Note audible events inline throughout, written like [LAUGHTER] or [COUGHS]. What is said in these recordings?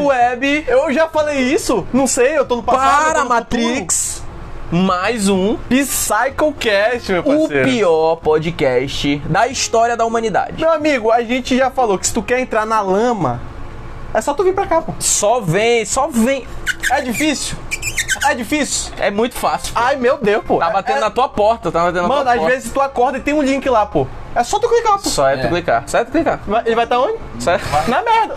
web. Eu já falei isso? Não sei, eu tô no passado. eu tô Para, no Matrix. futuro. Mais um PsychoCast, meu O parceiro. pior podcast da história da humanidade. Meu amigo, a gente já falou que se tu quer entrar na lama, é só tu vir pra cá, pô. Só vem, só vem. É difícil. É difícil. É muito fácil. Ai, meu Deus, pô. Tá batendo é, na tua porta, tá batendo na Mano, tua às porta. vezes tu acorda e tem um link lá, pô. É só tu clicar, pô. Só é, tu clicar. Só é tu clicar. Vai- Ele vai estar onde? Só é- Na merda.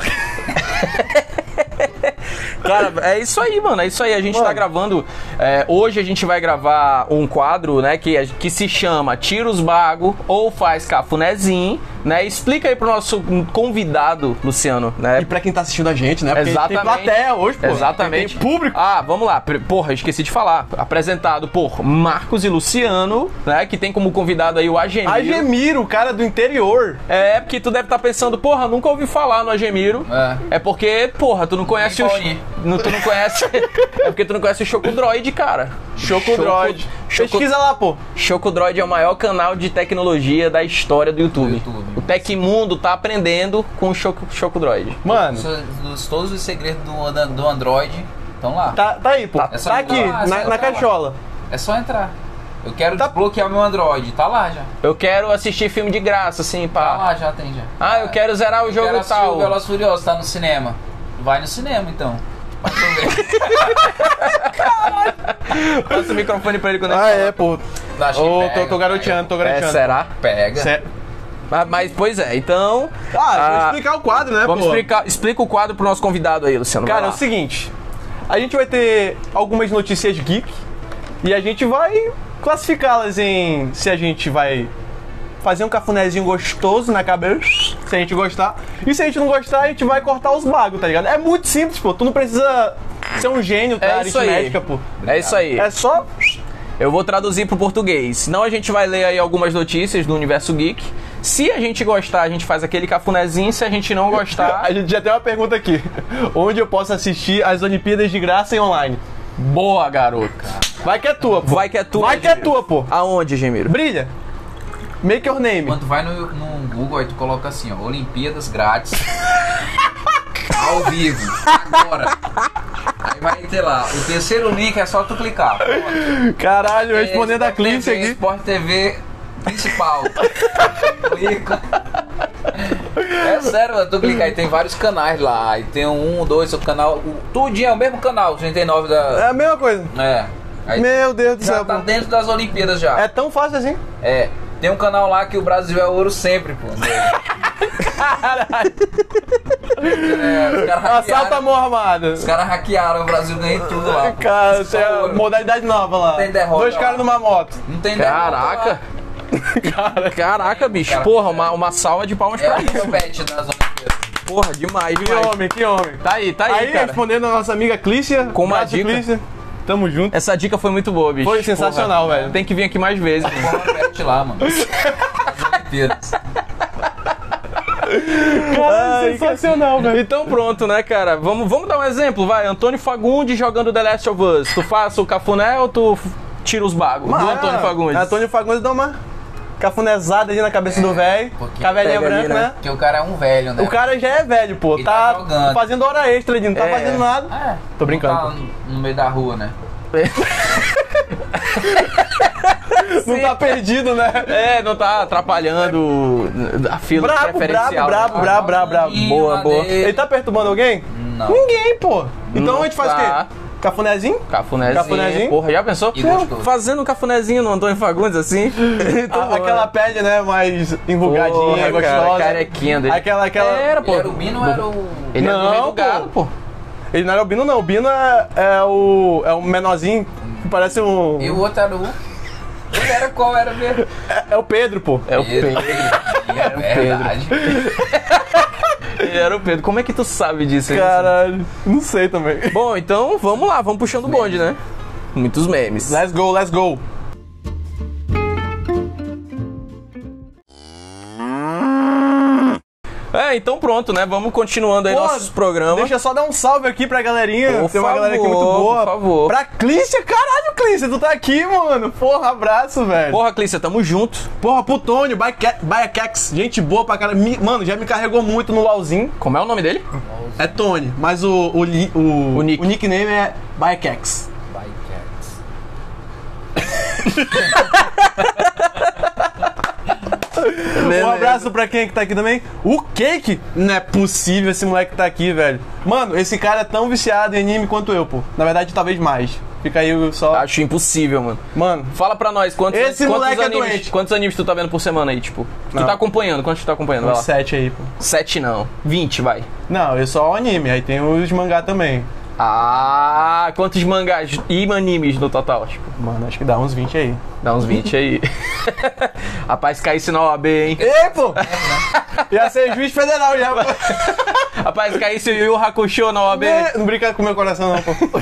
Cara, é isso aí, mano. É isso aí. A gente tá Mano. gravando. é, hoje a gente vai gravar um quadro, né? Que, que se chama Tira os Bago ou Faz Cafunézinho, né? Explica aí pro nosso convidado, Luciano, né? E pra quem tá assistindo a gente, né? Porque Exatamente. Tem plateia hoje, pô. Exatamente. Tem público. Ah, vamos lá. Pre- Porra, esqueci de falar. Apresentado por Marcos e Luciano, né? Que tem como convidado aí o Agemiro. Agemiro, o cara do interior. É, porque tu deve estar pensando, porra, nunca ouvi falar no Agemiro. É. porque, porra, tu não conhece o. Pauli. [LAUGHS] Não, tu não conhece. é porque tu não conhece o Chocodroid, cara. Chocodroid. Choco- Pesquisa lá, pô. Chocodroid é o maior canal de tecnologia da história do YouTube. YouTube. O Tecmundo tá aprendendo com o Choco, Chocodroid. Mano, Os- os- todos os segredos do, da- do Android estão lá. tá, tá aí, pô. Tá, É só aqui, entrar lá, na, é só na entrar lá. caixola. É só entrar. Eu quero Tá. desbloquear meu Android. Tá lá já. Eu quero assistir filme de graça, assim, Tá pá. lá já, tem já. Ah, eu quero zerar o Eu jogo quero e assistir o tal. Velozes e Furiosos, tá no cinema. Vai no cinema então. Pra tu ver. Passa o microfone pra ele quando Ah, ele é, pô. Dá, acho que Ô, pega, tô, tô garoteando, tô fala. É, garoteando. será? Pega. Cé- Ah, mas, pois é, então. Ah, vou explicar o quadro, né, Vamos pô? explicar, explica o quadro pro nosso convidado aí, Luciano. vai Cara, é lá. o seguinte. A gente vai ter algumas notícias geek e a gente vai classificá-las em se a gente vai fazer um cafunézinho gostoso na cabeça, se a gente gostar. E se a gente não gostar, a gente vai cortar os bagos, tá ligado? É muito simples, pô. Tu não precisa ser um gênio da É isso aí. aritmética, pô. É isso aí. É só Eu vou traduzir pro português. Senão a gente vai ler aí algumas notícias do universo geek. Se a gente gostar, a gente faz aquele cafunézinho. Se a gente não A [LAUGHS] gostar, gente já tem uma pergunta aqui. [LAUGHS] Onde eu posso assistir as Olimpíadas de graça em online? boa, garoto. Vai que é tua, pô. Vai que é tua. Vai que é Gemiro. tua, pô. Aonde, Gemiro? Brilha. Make your name. Quando tu vai no, no Google, aí tu coloca assim, ó, Olimpíadas grátis. ao vivo. Agora. Aí vai ter lá. O terceiro link é só tu clicar. Pronto. Caralho, respondendo a É, Sport TV, Clint aqui. Sport TV principal. Clica. É sério, mano, tu clica aí, tem vários canais lá. Aí tem um, um, dois, outro canal. O, tudinho é o mesmo canal, 39 É da. a mesma coisa. É. Aí Meu Deus do já céu. tá pô. dentro das Olimpíadas já. É É. tão fácil assim? Tem um canal lá que o Brasil é ouro sempre, pô. É, [LAUGHS] os caras Assalto à hackearam, mão armada. os caras hackearam, o Brasil ganhou tudo lá. pô. Cara, isso Só é ouro. modalidade nova lá. Tem derrota Dois lá. caras numa moto. Não tem derrota lá. [LAUGHS] Caraca. Caraca, bicho. Cara, porra, uma, uma salva de palmas É pra o isso. pet das Olimpíadas. Porra, demais, Que demais. homem, que homem. Tá aí, tá aí, Aí, é cara. respondendo a nossa amiga Clícia. Com uma Abraço, dica. Clícia. Tamo junto. Essa dica foi muito boa, bicho. Foi sensacional, Porra, velho. Tem que vir aqui mais vezes. Porra, pet [LAUGHS] lá, mano. As Olimpíadas. Ai, sensacional, velho. Então pronto, né, cara? Vamos, vamos dar um exemplo, vai. Antônio Fagundes jogando The Last of Us. Tu faça o cafuné ou tu f- tira os bagos? Do Ah, Antônio Fagundes. Ah, Antônio Fagundes dá uma cafunezada ali na cabeça do velho. pouquinho. Cabelinha Um Pega ali, branca, né? né? Porque o cara é um velho, né? O cara já é velho, pô. Ele Tá, tá jogando. fazendo hora extra ali, não tá É. fazendo nada. É, Tô brincando, não pô. Tá no- no meio da rua, né? Não tá perdido, né? É, não tá atrapalhando a fila Brabo, brabo, preferencial. brabo, né? brabo, brabo, brabo. Ih, Boa, boa. maneiro. Ele tá perturbando alguém? Não. Ninguém, pô. Então Não a gente faz tá. o quê? Cafunézinho? Cafunézinho. Cafunézinho? Porra, já pensou? E gostoso. Fazendo um cafunézinho no Antônio Fagundes assim. Muito A- bom, aquela né? pele, né, mais Porra, cara, enrugadinha, gostosa. carequinha dele. Aquela, aquela... Era, pô. Ele era o Bino ou era o. Ele é do Não, rei do gado, pô. pô. Ele não era o Bino, não. O Bino é, é o... É o menorzinho. que Parece um... E o outro era o. Ele era qual era mesmo? É, é o Pedro, pô. É o Pedro. É Era o é verdade. Ele era o Pedro. Como é que tu sabe disso? hein, Caralho. Não sei também. Bom, então vamos lá, vamos puxando o bonde, né? Muitos memes. Let's go, let's go. É, então pronto, né? Vamos continuando aí Pô, nossos programas. Deixa eu só dar um salve aqui pra galerinha. Por Tem uma galera aqui favor, muito boa. por favor. Pra Clícia, caralho, Clícia, tu tá aqui, mano. Porra, abraço, velho. Porra, Clícia, tamo junto. Porra, pro Tônio, Baiacax, gente boa pra cara. Me- mano, já me carregou muito no LOLzinho. Como é o nome dele? É Tony, mas o, o, li- o, O nick. nickname é Baiacax. Vai, Cats. Um abraço pra quem que tá aqui também. O Cake? Não é possível esse moleque tá aqui, velho. Mano, esse cara é tão viciado em anime quanto eu, pô. Na verdade, talvez mais. Fica aí o só. Acho impossível, mano. Mano, Fala pra nós, quantos, Esse quantos moleque é animes, doente. quantos animes tu tá vendo por semana aí, tipo? Não. Tu tá acompanhando, quantos tu tá acompanhando? Vai lá. sete aí, pô. Sete não, vinte, vai. Não, eu só o anime, aí tem os mangá também. Ah, quantos mangás e animes no total, tipo? Mano, acho que dá uns [LAUGHS] 20 aí. Dá uns 20 aí. [LAUGHS] Rapaz, caí na OAB, hein? Ê, pô! Ia ser juiz federal já, pô. Rapaz, caí se o Yu Hakusho na OAB. É, Não brinca com meu coração, não, pô.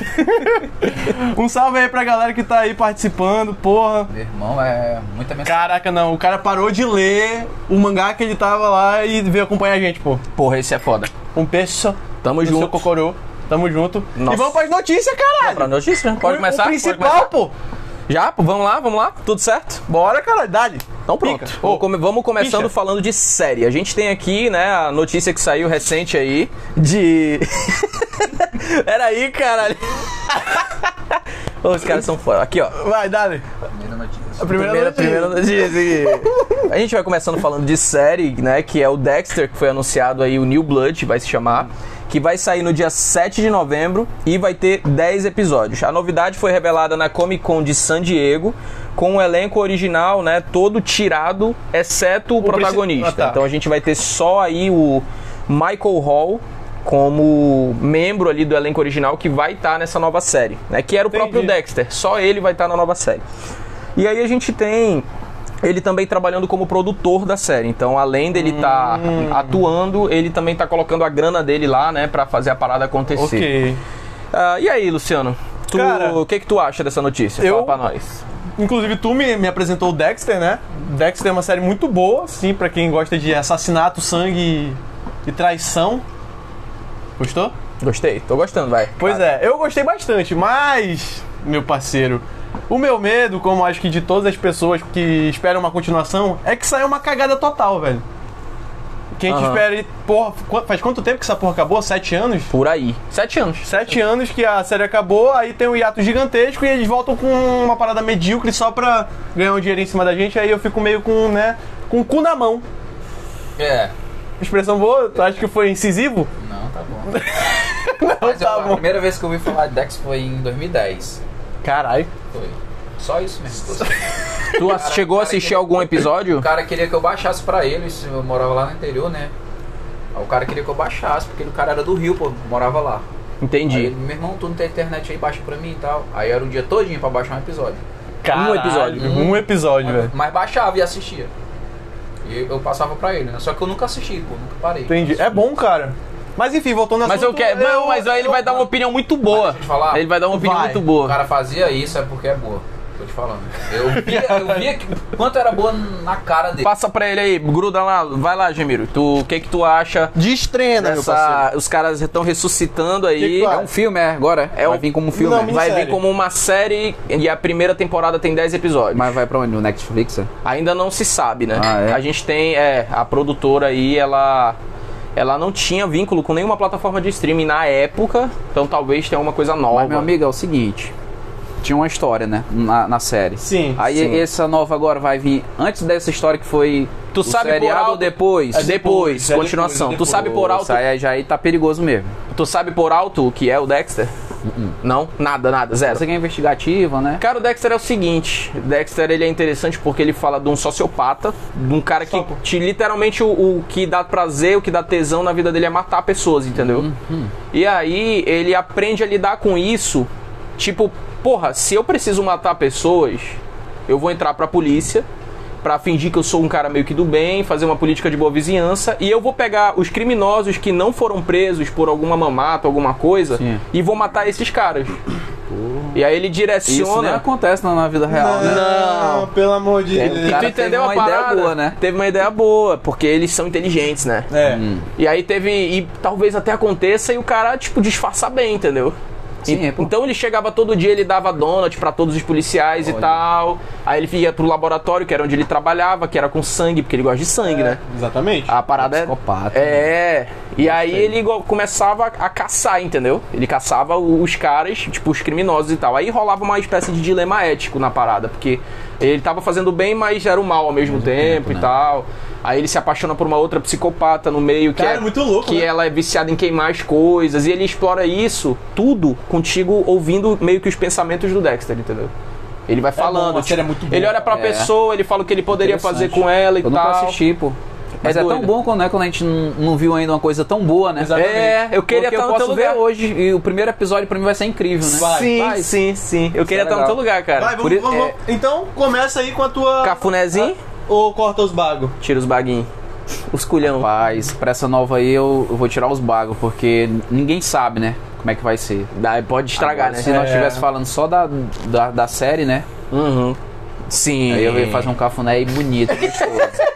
[LAUGHS] um salve aí pra galera que tá aí participando, porra. Meu irmão, é muita mensagem. Caraca, não, o cara parou de ler o mangá que ele tava lá e veio acompanhar a gente, pô. Porra, esse é foda. Um peixe Tamo no seu junto. cocorô. Tamo junto. Nossa. E vamos pras notícias, caralho. Pra notícia, né? pode O- começar? O Pode principal, começar? pô. Já, pô, vamos lá, vamos lá. Tudo certo? Bora, caralho, dale. Então pronto. Pica. Vamos come- vamos começando Picha. falando de série. A gente tem aqui, né, a notícia que saiu recente aí de. [LAUGHS] Peraí, caralho. [LAUGHS] Ô, Os caras são fora. Aqui, ó. Vai, dale. Primeira notícia. A primeira, Primeira, notícia. primeira notícia aqui. A gente vai começando falando de série, né? Que é o Dexter, que foi anunciado aí, o New Blood, vai se chamar. Que vai sair no dia 7 de novembro e vai ter 10 episódios. A novidade foi revelada na Comic Con de San Diego, com o elenco original, né? Todo tirado, exceto o, princi- protagonista. Ah, tá. Então a gente vai ter só aí o Michael Hall como membro ali do elenco original que vai estar nessa nova série, né? Que era o próprio Entendi. Dexter, só ele vai estar na nova série. E aí a gente tem ele também trabalhando como produtor da série. Então, além dele estar Hum. atuando, ele também tá colocando a grana dele lá, né, Pra fazer a parada acontecer. Ok. Ah, e aí, Luciano? Tu- Cara, o que que tu acha dessa notícia? eu- Fala pra nós. Inclusive, tu me, me apresentou o Dexter, né? Dexter é uma série muito boa, assim, pra quem gosta de assassinato, sangue e, e traição. Gostou? Gostei, tô gostando, vai. Pois é, eu gostei bastante, mas, meu parceiro, o meu medo, como acho que de todas as pessoas que esperam uma continuação, é que saia uma cagada total, velho. Que a gente Aham. espera, e, porra, qu- faz quanto tempo que essa porra acabou? Sete anos? Por aí. Sete anos. [LAUGHS] Sete anos que a série acabou, aí tem um hiato gigantesco e eles voltam com uma parada medíocre só pra ganhar um dinheiro em cima da gente, aí eu fico meio com, né, com o cu na mão. É. Expressão boa, tu acha que foi incisivo? Não, tá bom. [LAUGHS] Não, Mas eu- tá a bom. primeira vez que eu ouvi falar de Dex foi em 2010. Caralho. Foi. Só isso mesmo. Tu as- chegou a assistir algum episódio? O cara queria que eu baixasse pra ele, se eu morava lá no interior, né? Aí O cara queria que eu baixasse, porque o cara era do Rio, pô, morava lá. Aí ele, Entendi. meu irmão, tu não tem internet aí, baixa pra mim e tal. Aí era o dia todinho pra baixar um episódio. Caralho. episódio. Um episódio, Mas, velho. mas baixava e assistia. E eu passava pra ele, né? Só que eu nunca assisti, pô, nunca parei. Entendi. É bom, cara. Mas enfim, voltando ao Mas eu assunto, quero. Não, mas aí ele vai dar uma opinião muito boa. Deixa eu te falar. Ele vai um dar uma opinião Vai. muito O boa. cara fazia isso é porque é boa. Tô te falando. Eu via, eu via que, quanto era boa na cara dele. Passa pra ele aí, gruda lá. Vai lá, Gemiro. Tu, o que que tu acha Destrena, meu parceiro. Essa, os caras estão ressuscitando aí. Que que tu acha? É um filme, é, agora. É Vai vir como um filme, Não, né? Minissérie. Vai vir como uma série e a primeira temporada tem 10 episódios. mas vai pra onde? No Netflix? é? Ainda não se sabe, né? Ah, é? A gente tem, é, a produtora aí, ela ela não tinha vínculo com nenhuma plataforma de streaming na época, então talvez tenha alguma coisa nova. Mas, meu amigo, é o seguinte. Tinha uma história, né? Na, na série. Sim, Aí sim. essa nova agora vai vir antes dessa história que foi. Tu o sabe por seriado alto- ou depois? É depois, É depois, continuação. é depois. Tu sabe por alto, Isso aí, já aí tá perigoso mesmo. tu sabe por alto o que é o Dexter? Não, nada, nada, zero. Essa aqui é investigativa, né? Cara, o Dexter é o seguinte, Dexter ele é interessante porque ele fala de um sociopata, de um cara que te, literalmente o, o que dá prazer, o que dá tesão na vida dele é matar pessoas, entendeu? E aí ele aprende a lidar com isso, tipo, porra, se eu preciso matar pessoas, eu vou entrar pra polícia pra fingir que eu sou um cara meio que do bem, fazer uma política de boa vizinhança e eu vou pegar os criminosos que não foram presos por alguma mamata, alguma coisa Sim. e vou matar esses caras. E aí ele Isso né? nem direciona. acontece na, na vida real, né? Não, pelo amor de Tem um Deus. cara- tu teve entendeu uma a ideia parada? boa, né? Teve uma ideia boa, porque eles são inteligentes, né? É. Hum. E aí teve. E talvez até aconteça e o cara, tipo, disfarçar bem, entendeu? Sim, é, E- pô. Então ele chegava todo dia, ele dava donut pra todos os policiais e Olha. tal. Aí ele ia pro laboratório, que era onde ele trabalhava, que era com sangue, porque ele gosta de É. sangue, né? Exatamente. A parada é. Psicopata, né? É. E aí ele go- começava a caçar, entendeu? Ele caçava o- os caras, tipo, os criminosos e tal. Aí rolava uma espécie de dilema ético na parada, porque ele tava fazendo bem, mas era o mal ao mesmo, tempo, tempo, e né? tal. Aí ele se apaixona por uma outra psicopata no meio que Cara, é muito louco, que né? ela é viciada em queimar as coisas e ele explora isso tudo contigo ouvindo meio que os pensamentos do Dexter, entendeu? Ele vai falando. bom, a série é muito boa. Ele olha pra É. pessoa, ele fala o que ele poderia fazer Interessante. com ela e Eu tal. nunca assisti, pô. Mas é, tão doido. bom quando, né, quando a gente não, não viu ainda uma coisa tão boa, né? Exatamente. É, eu queria Porque estar eu no teu posso ver lugar. hoje. E o primeiro episódio pra mim vai ser incrível, né? Vai, sim, vai. sim, sim. Eu queria é estar no legal. teu lugar, cara. Vai, Por vamos, i- vamos, é, vamos. Então começa aí com a tua. Cafunézinho, Ou corta os bagos. tira os baguinhos. Os culhão. Rapaz, pra essa nova aí eu, eu vou tirar os bagos, porque ninguém sabe, né? Como é que vai ser. Daí pode estragar, Agora, né? Se nós É. estivéssemos falando só da, da, da série, né? Uhum. Sim. Aí eu ia fazer um cafuné aí bonito. gostoso.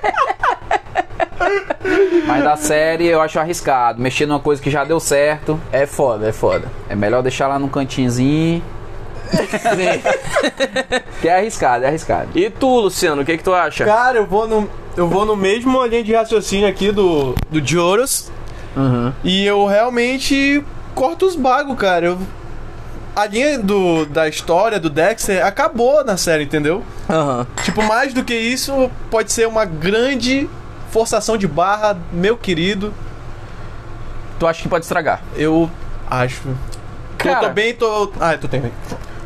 Mas da série eu acho arriscado. Mexer numa coisa que já deu certo. É foda, é foda. É melhor deixar lá num cantinzinho. [LAUGHS] que é arriscado, é arriscado. E tu, Luciano, o que que tu acha? Cara, eu vou no, eu vou no mesmo linha de raciocínio aqui do, do Joros. E eu realmente corto os bagos, cara. Eu- a linha do, da história do Dexter acabou na série, entendeu? Aham. Tipo, mais do que isso, pode ser uma grande forçação de barra, meu querido. Tu acha que pode estragar? Eu acho. eu tô bem, tô. Ah, eu tô bem.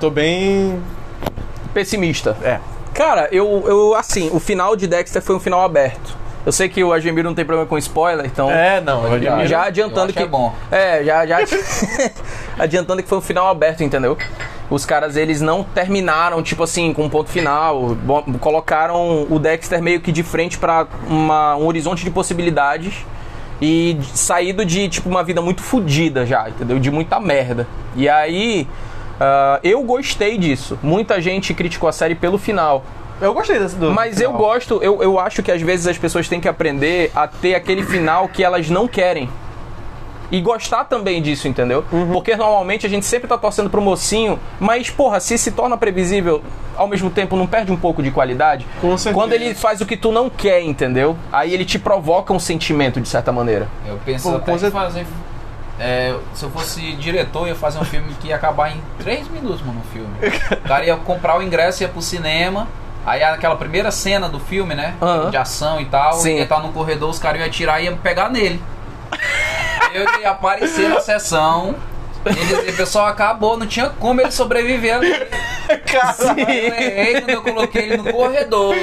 Tô bem. pessimista. É. Cara, eu, eu, assim, o final de Dexter foi um final aberto. Eu sei que o Agemiro não tem problema com spoiler, então. É, não, eu admiro. Já adiantando acho que. que é bom. É, já, [LAUGHS] já. adiantando que foi um final aberto, entendeu? Os caras, eles não terminaram, tipo assim, com um ponto final. Bo- Colocaram o Dexter meio que de frente pra uma- um horizonte de possibilidades. E de- saído de, tipo, uma vida muito fodida já, entendeu? De muita merda. E aí. ah, eu gostei disso. Muita gente criticou a série pelo final. Eu gostei desse do. Mas eu gosto, eu, eu acho que às vezes as pessoas têm que aprender a ter aquele final que elas não querem. E gostar também disso, entendeu? Uhum. Porque normalmente a gente sempre tá torcendo pro mocinho, mas, porra, se se torna previsível, ao mesmo tempo não perde um pouco de qualidade? Com certeza. Quando ele faz o que tu não quer, entendeu? Aí ele te provoca um sentimento, de certa maneira. Eu penso Pô, até com em cer- fazer. é, se eu fosse diretor, eu ia fazer um filme que ia acabar em 3 minutos, mano, o filme. O cara ia comprar o ingresso, ia pro cinema. Aí aquela primeira cena do filme, né? Aham. De ação e tal, Sim. ia estar no corredor, os caras iam atirar e iam pegar nele. Eu ia aparecer na sessão. E ele dizia, pessoal, acabou, não tinha como ele sobreviver. Cara, Eu errei quando eu coloquei ele no corredor.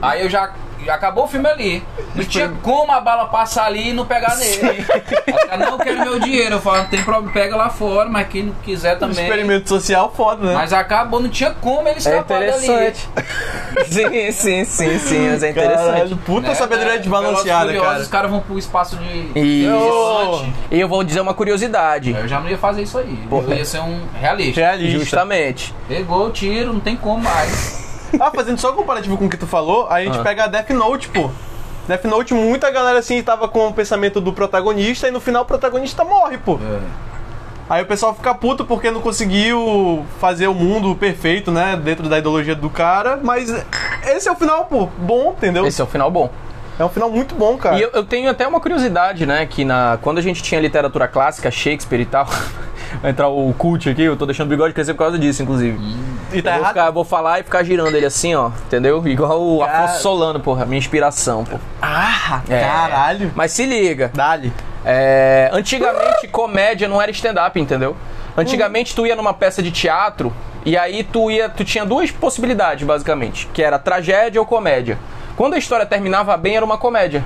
Aí eu já. já acabou o filme ali. Não tinha como a bala passar ali e não pegar nele. Aí ela, não eu quero meu dinheiro. Eu falo, não tem problema, pega lá fora, mas quem não quiser um também. [LAUGHS] experimento social foda, né? Mas acabou, não tinha como ele É escapar dali. interessante. [LAUGHS] sim, sim, sim, sim, mas é Caralho, interessante. puta Né? É, sabedoria Velozes desbalanceada, e Furiosos, cara. Os caras vão pro espaço de. E Ô. e eu vou dizer uma curiosidade. Eu já não ia fazer isso aí. Eu ia ser um realista. Realista. Justamente. Pegou o tiro, não tem como mais. Ah, fazendo só um comparativo com o que tu falou, a gente Ah. pega a Death Note, pô. Death Note, muita galera assim tava com o pensamento do protagonista e no final o protagonista morre, pô. É. Aí o pessoal fica puto porque não conseguiu fazer o mundo perfeito, né? Dentro da ideologia do cara, mas esse é o final, pô, bom, entendeu? Esse é o final bom. É um final muito bom, cara. E eu, eu tenho até uma curiosidade, né? Que na, quando a gente tinha literatura clássica, Shakespeare e tal. [LAUGHS] Vai entrar o cult aqui, eu tô deixando o bigode crescer por causa disso, inclusive. E tá eu vou, errado. ficar- vou falar e ficar girando ele assim, ó, entendeu? Igual o Cara. Afonso Solano, porra, minha inspiração, pô. Ah, É. caralho. Mas se liga, Dali. é, Uh! antigamente comédia não era stand-up, entendeu? Antigamente tu ia numa peça de teatro e aí tu ia, tu tinha duas possibilidades basicamente, que era tragédia ou comédia. Quando a história terminava bem era uma comédia.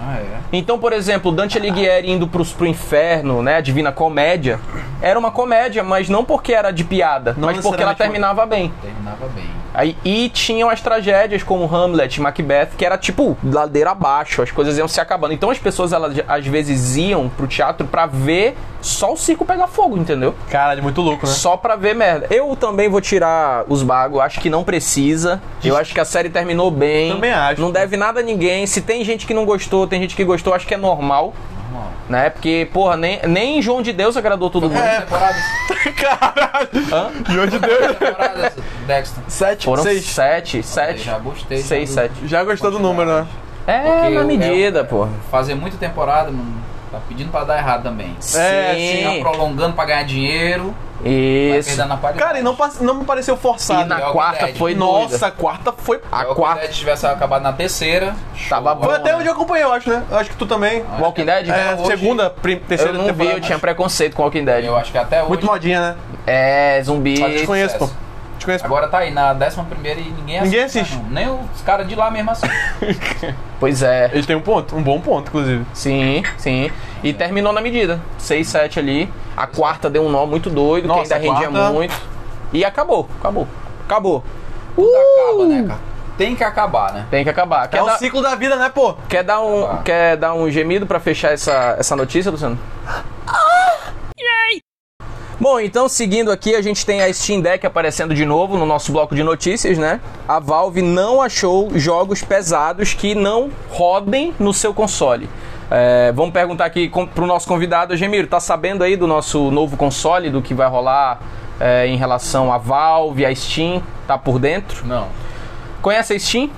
Ah, é. Então, por exemplo, Dante Alighieri indo pros, pro inferno, né? A Divina Comédia. Era uma comédia, mas não porque era de piada, Não mas porque ela necessariamente terminava bem. Terminava bem. Aí, e tinham as tragédias como Hamlet, Macbeth, que era tipo ladeira abaixo, as coisas iam se acabando. Então as pessoas, elas às vezes iam pro teatro pra ver só o circo pegar fogo, entendeu? Caralho, muito [LAUGHS] louco, né? Só pra ver merda. Eu também vou tirar os bagos, acho que não precisa. Eu acho que a série terminou bem. Também acho. Não deve nada a ninguém. Se tem gente que não gostou, tem gente que gostou, acho que é normal. normal. né? Porque, porra, nem, nem João de Deus agradou É, todo mundo. Quantas temporadas? Caralho! João de Deus. Quantas temporadas, Dexter? Sete, Foram seis. Tá sete, Eu sete. Já gostei. já Seis, do- sete. Já gostou do número, né? É, Porque na o- medida, é- porra. Fazer muita temporada, mano, tá pedindo pra dar errado também. É, Sim, Tá prolongando pra ganhar dinheiro. vai isso. perdendo a qualidade. Cara, e não, pas- não me pareceu E forçado. É na o quarta Guilherme. foi Nossa, doida. a quarta foi. A Se o quarta Dead tivesse acabado na terceira, tava Foi boa. até onde eu acompanhei, eu acho, né? Eu acho que tu também. Walking Dead? É, hoje- segunda, prim- Eu terceira não vi, temporada. eu tinha preconceito com Walking Dead. eu acho que até hoje. Muito modinha, né? É, zumbi. Mas eu te conheço, pô. sucesso. Te conheço. Agora tá aí na décima primeira e ninguém tá, Ninguém assiste. não. Nem os caras de lá mesmo assim. Pois é. Ele tem um ponto, um bom ponto, inclusive. Sim, sim. E terminou na medida. 6, 7 ali. A quarta deu um nó muito doido, Nossa, que ainda rendia a quarta- muito. E acabou, acabou. Acabou. Uh! Acaba, né, cara? Tem que acabar, né? Tem que acabar. Quer, É o dar, ciclo da vida, né, pô? quer, dar, um, Acabar. quer dar um gemido pra fechar essa, essa notícia, Luciano? Ah! Bom, então seguindo aqui, a gente tem a Steam Deck aparecendo de novo no nosso bloco de notícias, né? A Valve não achou jogos pesados que não rodem no seu console. É, vamos perguntar aqui com, pro nosso convidado, Gemiro, tá sabendo aí do nosso novo console, do que vai rolar é, em relação à Valve, à Steam? Tá por dentro? Não. Conhece a Steam?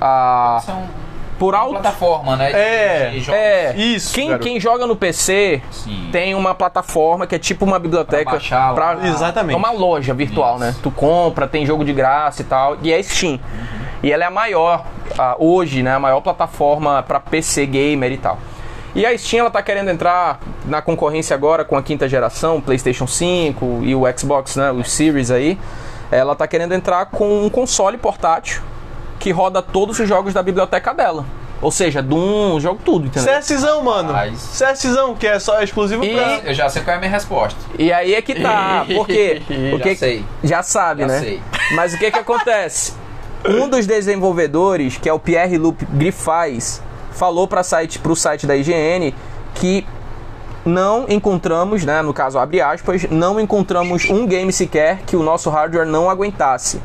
A, São por uma alto? um plataforma, né? de- É, de jogos. É, Isso, Quem, garoto. quem joga no PC Sim. tem uma plataforma que é tipo uma biblioteca. Pra baixar lá. pra- Exatamente. É uma loja virtual, Isso. Uhum. né? Tu compra, tem jogo de graça e tal. E é Steam. E ela é a maior, ah, hoje, né? A maior plataforma pra PC gamer e tal. E a Steam, ela tá querendo entrar na concorrência agora com a quinta geração, PlayStation 5 e o Xbox, né? O Series aí. Ela tá querendo entrar com um console portátil que roda todos os jogos da biblioteca dela. Ou seja, Doom, jogo tudo, entendeu? CSzão, mano. Mas- CSzão, que é só exclusivo E- pra. Eu já sei qual é a minha resposta. E aí é que [LAUGHS] tá, porque porque Já sei. já sabe, Já né? sei. Mas o que que acontece? Um dos desenvolvedores, que é o Pierre Lup Griffais, falou para site pro site da IGN que não encontramos, né, no caso abre aspas, não encontramos um game sequer que o nosso hardware não aguentasse.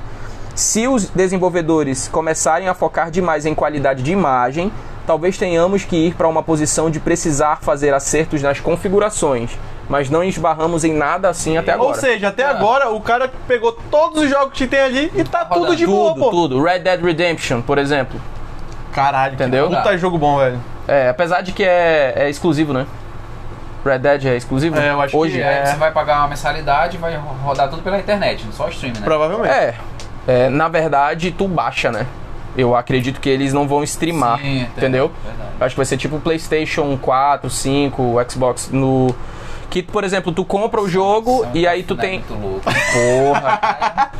Se os desenvolvedores começarem a focar demais em qualidade de imagem, talvez tenhamos que ir para uma posição de precisar fazer acertos nas configurações, mas não esbarramos em nada assim até agora. Ou seja, até agora o cara pegou todos os jogos que tem ali e tá rodando. tudo de boa, tudo, pô. tudo. Red Dead Redemption, por exemplo. Caralho, Entendeu? Puta jogo bom, velho. É, apesar de que é, é exclusivo, né? Red Dead é exclusivo? É, eu acho Hoje que E aí É. você vai pagar uma mensalidade e vai ro- rodar tudo pela internet, só streaming, né? Provavelmente. É. É, Na verdade, tu baixa, né? Eu acredito que eles não vão streamar, Sim, entendo. entendeu? É. Verdade. Acho que vai ser tipo PlayStation 4, 5, Xbox no que, por exemplo, tu compra o jogo e aí tu Né, tem Muito louco. porra,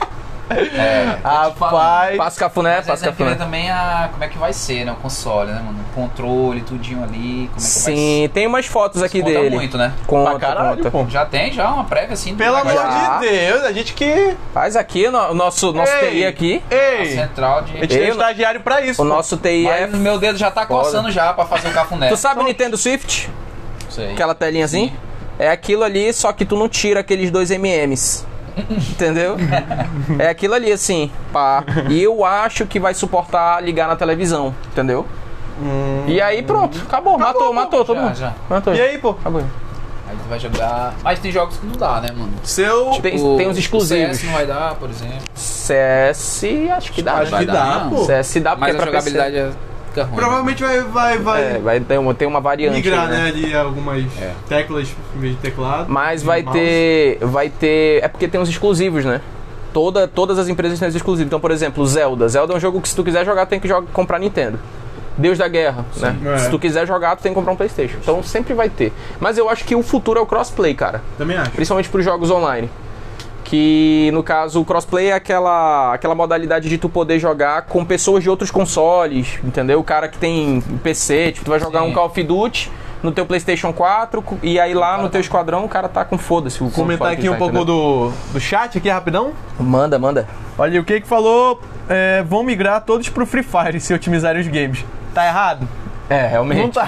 É, tô te falando. Rapaz. passa cafuné, Mas [LAUGHS] aí passa tem que ver cafuné. também a, como é que vai ser, né? O console, né, mano? O controle, tudinho ali, como é que Sim, tem umas fotos vai ser. aqui Conta dele. muito, né? Conta, Pra caralho, conta. pô. Já tem já uma prévia assim. do Pelo amor negócio Já. de Deus, a gente que. Faz aqui no, o nosso nosso Ei. TI aqui. da Ei! Central A de... gente tem Eu- estagiário pra isso. O pô. nosso TI é Mas meu dedo já tá Foda. coçando já pra fazer o cafuné. Tu sabe Nintendo Swift? Sei. Aquela telinha assim? É aquilo ali, só que tu não tira aqueles dois MMs. Entendeu? é aquilo ali, assim, pá. E eu acho que vai suportar ligar na televisão, entendeu? e aí pronto, acabou, matou, matou é todo Já, mundo. já. Matou. Hum. E aí, pô? Acabou. Aí tu vai jogar... Mas tem jogos que não dá, né, mano? Seu. Tem, O- tem uns o exclusivos. CS não vai dar, por exemplo. CS, acho que dá, Acho né? que dar, dá, não. pô. CS dá porque Mas é Ah, a pra jogabilidade é... fica ruim. Foi, Provavelmente vai, vai, PC. vai É, vai ter uma, tem uma variante. migrar, aí, né? Ali algumas É. teclas em vez de teclado. Mas de vai mouse. ter. Vai ter. É porque tem uns exclusivos, né? Toda, todas as empresas têm os exclusivos. Então, por exemplo, Zelda. Zelda é um jogo que se tu quiser jogar, tem que jogar, comprar Nintendo. Deus da Guerra, né? É. Se tu quiser jogar, tu tem que comprar um Playstation. Então sempre vai ter. Mas eu acho que o futuro é o crossplay, cara. Também acho. Principalmente pros jogos online. Que no caso o crossplay é aquela, aquela modalidade de tu poder jogar com pessoas de outros consoles, entendeu? O cara que tem PC, tipo, tu vai jogar Sim. um Call of Duty no teu PlayStation 4 cu- e aí lá no teu esquadrão o cara tá com foda-se. o Comentar console que aqui um tá, pouco do, do chat aqui rapidão. entendeu? Manda, manda. Olha, o que que falou? É, vão migrar todos pro Free Fire se otimizarem os games. Tá errado? É, realmente. Não tá.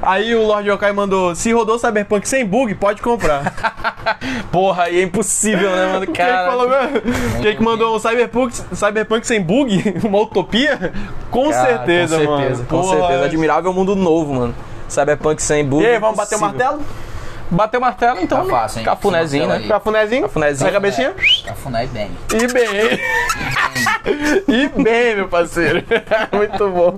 Aí o Lord Yokai mandou: se rodou Cyberpunk sem bug, [LAUGHS] pode comprar. Então, Porra, aí é impossível, né, mano? [LAUGHS] Quem é que Cara. falou mesmo? Quem que mandou um Cyberpunk, Cyberpunk sem bug? [LAUGHS] Uma utopia? Com Cara, certeza, com mano. certeza, Com Porra, é. certeza. Admirável mundo novo, mano. Cyberpunk sem bug. E aí, vamos bater o martelo? Bater o martelo, então. Tá né? fácil, hein? Cafunézinho, Esse né? martelo Cafunézinho? Cafunézinho. Na cabecinha? Cafuné é bem. E bem. [LAUGHS] e bem, meu parceiro. [LAUGHS] Muito bom.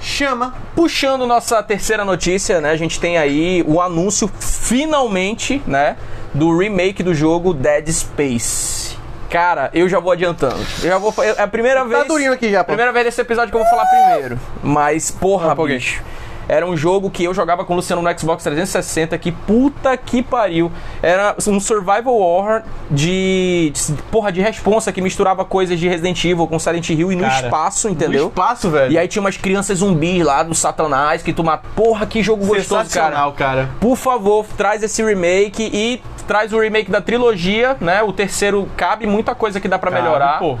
Chama. Puxando nossa terceira notícia, né? A gente tem aí o anúncio, finalmente, né? Do remake do jogo Dead Space. Cara, eu já vou adiantando. Eu já vou. fa- É a primeira vez. Tá durinho aqui já, pô. um Primeira vez desse episódio que eu vou falar primeiro. Mas, porra, empolguei. bicho. Era um jogo que eu jogava com o Luciano no Xbox 360, que puta que pariu. Era um survival horror de, de porra de responsa que misturava coisas de Resident Evil com Silent Hill e no Cara, espaço, No entendeu? espaço, velho. E aí é tinha umas crianças zumbis lá do Satanás que tu mata. Porra, que jogo gostoso, cara. Sensacional, cara. Por favor, traz esse remake e traz o remake da trilogia, né? O terceiro cabe muita coisa que dá pra Cabe, melhorar. pô.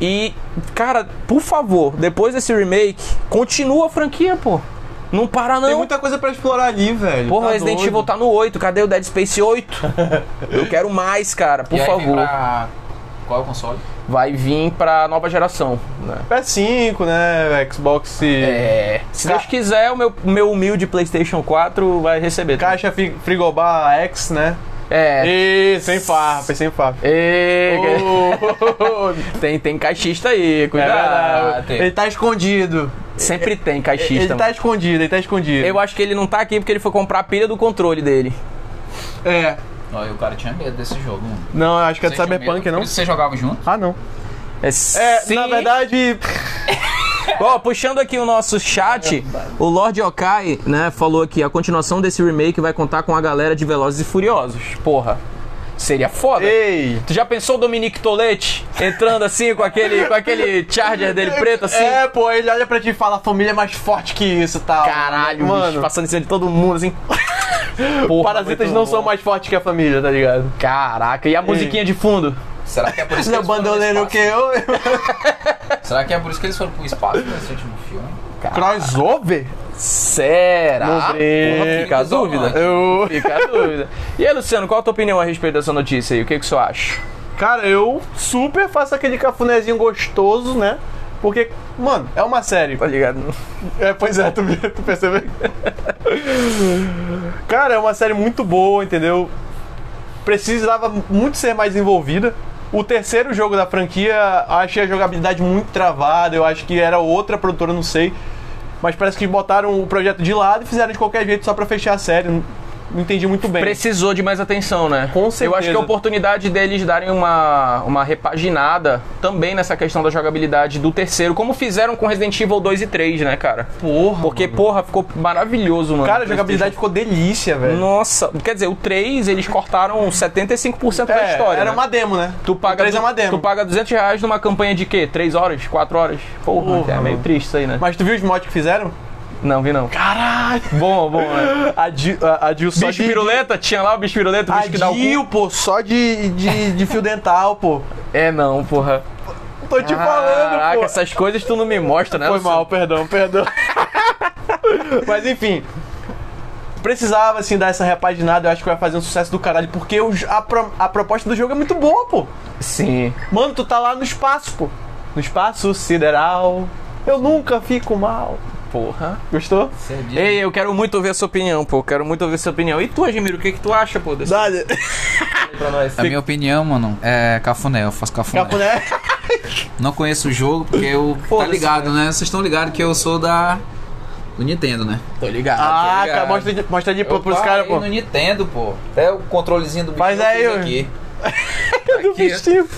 E, cara, por favor, depois desse remake, continua a franquia, pô. Não para não. Tem muita coisa pra explorar ali, velho. Porra, Tá Resident doido. Evil tá no 8. Cadê o Dead Space [LAUGHS] 8? Eu quero mais, cara, por e aí vem favor. pra- Qual é o console? Vai vir pra nova geração, né? PS5, né? Xbox. É. Se Ca- Deus quiser, o meu, meu humilde PlayStation 4 vai receber. tá também. Caixa fri- Frigobar X, né? É. E sem farpa, sem [LAUGHS] farpa. Ê, Oh, Tem, tem caixista aí, é cuidado. verdade. tem. ele tá escondido. Sempre tem Ele caixista. tá mano. escondido, ele tá escondido. Eu acho que ele não tá aqui porque ele foi comprar a pilha do controle dele. É. Olha, o cara tinha medo desse jogo, mano. Não, eu acho que é do Você tinha Cyberpunk, medo? não? Por isso Vocês jogavam junto? Ah, não. É, É, sim. na verdade. Ó, puxando aqui o nosso chat, o Lord Okai, né, falou aqui, a continuação desse remake vai contar com a galera de Velozes e Furiosos. Porra, seria foda. Ei! Tu já pensou o Dominique Tolete entrando assim com aquele, com aquele charger dele preto assim? É, pô, ele olha pra ti e fala: a família é mais forte que isso e tal. Caralho, mano. bicho, passando em cima de todo mundo assim. Porra, Parasitas muito não bom. são mais fortes que a família, tá ligado? Caraca, e a musiquinha de fundo? Será que é por isso que Seu eles foram pro bandoleiro que espaço? eu. Será que é por isso que eles foram pro espaço nesse último filme? Crossover? Será? Não brinca. Ah, Porra, fica a dúvida. Eu. Fica a dúvida. E aí, Luciano, qual a tua opinião a respeito dessa notícia aí? O que, que você acha? Cara, eu super faço aquele cafunézinho gostoso, né? Porque, mano, é uma série. Tá ligado? É, pois é, tu, tu percebeu? Cara, é uma série muito boa, entendeu? Precisava muito ser mais envolvida. O terceiro jogo da franquia, achei a jogabilidade muito travada. Eu acho que era outra produtora, não sei. Mas parece que botaram o projeto de lado e fizeram de qualquer jeito só pra fechar a série. Não não entendi muito bem. Precisou de mais atenção, né? Com certeza. Eu acho que a oportunidade deles darem uma, uma repaginada também nessa questão da jogabilidade do terceiro, como fizeram com Resident Evil 2 e 3, né, cara? Porra. Porque, porra, ficou maravilhoso, mano. Cara, a jogabilidade ficou delícia, velho. Nossa, quer dizer, o 3 eles cortaram 75% da É, história. era né? uma demo, né? Tu paga, três é uma demo. tu paga 200 reais numa campanha de quê? 3 horas? 4 horas? Porra, Porra, é meio mano. triste isso aí, né? Mas tu viu os mods que fizeram? Não, vi não. Caralho! Bom, bom, né? A Dil, a, a Dil só Bicho de- piruleta? Tinha lá o bicho piruleta, o A bicho que dá o cu. Dil, pô, só de, de, de fio dental, pô. É não, porra. Tô te falando, Caraca, pô. essas coisas tu não me mostra, né? Foi Luciano? mal, perdão, perdão. [LAUGHS] Mas enfim. Precisava, assim, dar essa repaginada. Eu acho que vai fazer um sucesso do caralho. Porque o j- a, pro- a proposta do jogo é muito boa, pô. Sim. Mano, tu tá lá no espaço, pô. No espaço sideral. Eu nunca fico mal. Porra. Gostou? Você diz- Ei, eu quero muito ouvir a sua opinião, pô. Quero muito ouvir a sua opinião. E tu, Admiro, o que que tu acha, pô, desse Nada. pra nós? A minha opinião, mano, é cafuné, eu faço cafuné. [LAUGHS] Capuné. Não conheço o jogo porque eu. tá Foda-se, ligado, né? Vocês estão ligados que eu sou da. do Nintendo, né? Tô ligado. Ah, tô Tá ligado. cara, mostra, de- mostra de Eu pros parei caras, pô. no Nintendo, pô. Até o controlezinho do bicho Faz eu aí, fiz ó. aqui. Do bichinho.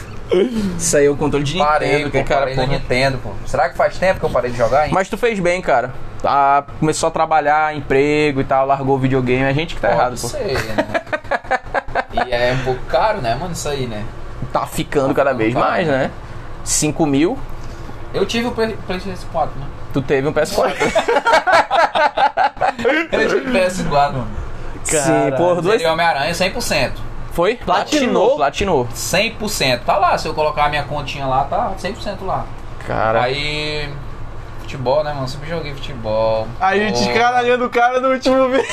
Isso aí é o controle de Parei, Nintendo, pô, que cara, parei no porra. Nintendo, pô. Será que faz tempo que eu parei de jogar, hein? Mas tu fez bem, cara. Ah, começou a trabalhar, emprego e tal, largou o videogame. A gente que tá Pô, errado, não pô. sei, né? E é um pouco caro, né, mano, isso aí, né? Tá ficando cada vez mais, né? 5 mil, Eu tive o Play- PlayStation 4, né? tu teve um PS4. Eu tive o PS4, mano. Caralho. Sim, por dois. Seria Homem-Aranha 100%. Foi? Platinou? Platinou. 100%. Tá lá, se eu colocar a minha continha lá, tá 100% lá. Cara. Aí. Futebol, né, mano? Sempre joguei futebol. Aí a gente Pô. caralhando o cara no último vídeo.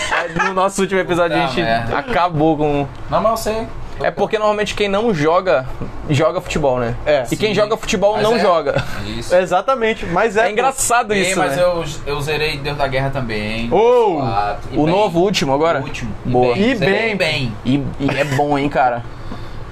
No nosso último episódio a Puta gente merda. acabou com. Não, mas eu sei. É porque normalmente quem não joga, joga futebol, né? É. E quem joga futebol Mas não é- joga. Isso. Exatamente, mas é. É engraçado Ei, isso, mas né? eu, eu zerei Deus da Guerra também. Ou! Quatro, e O bem. novo, o último agora? O último. Boa. E bem. Zerei bem. E, e é bom, hein, cara?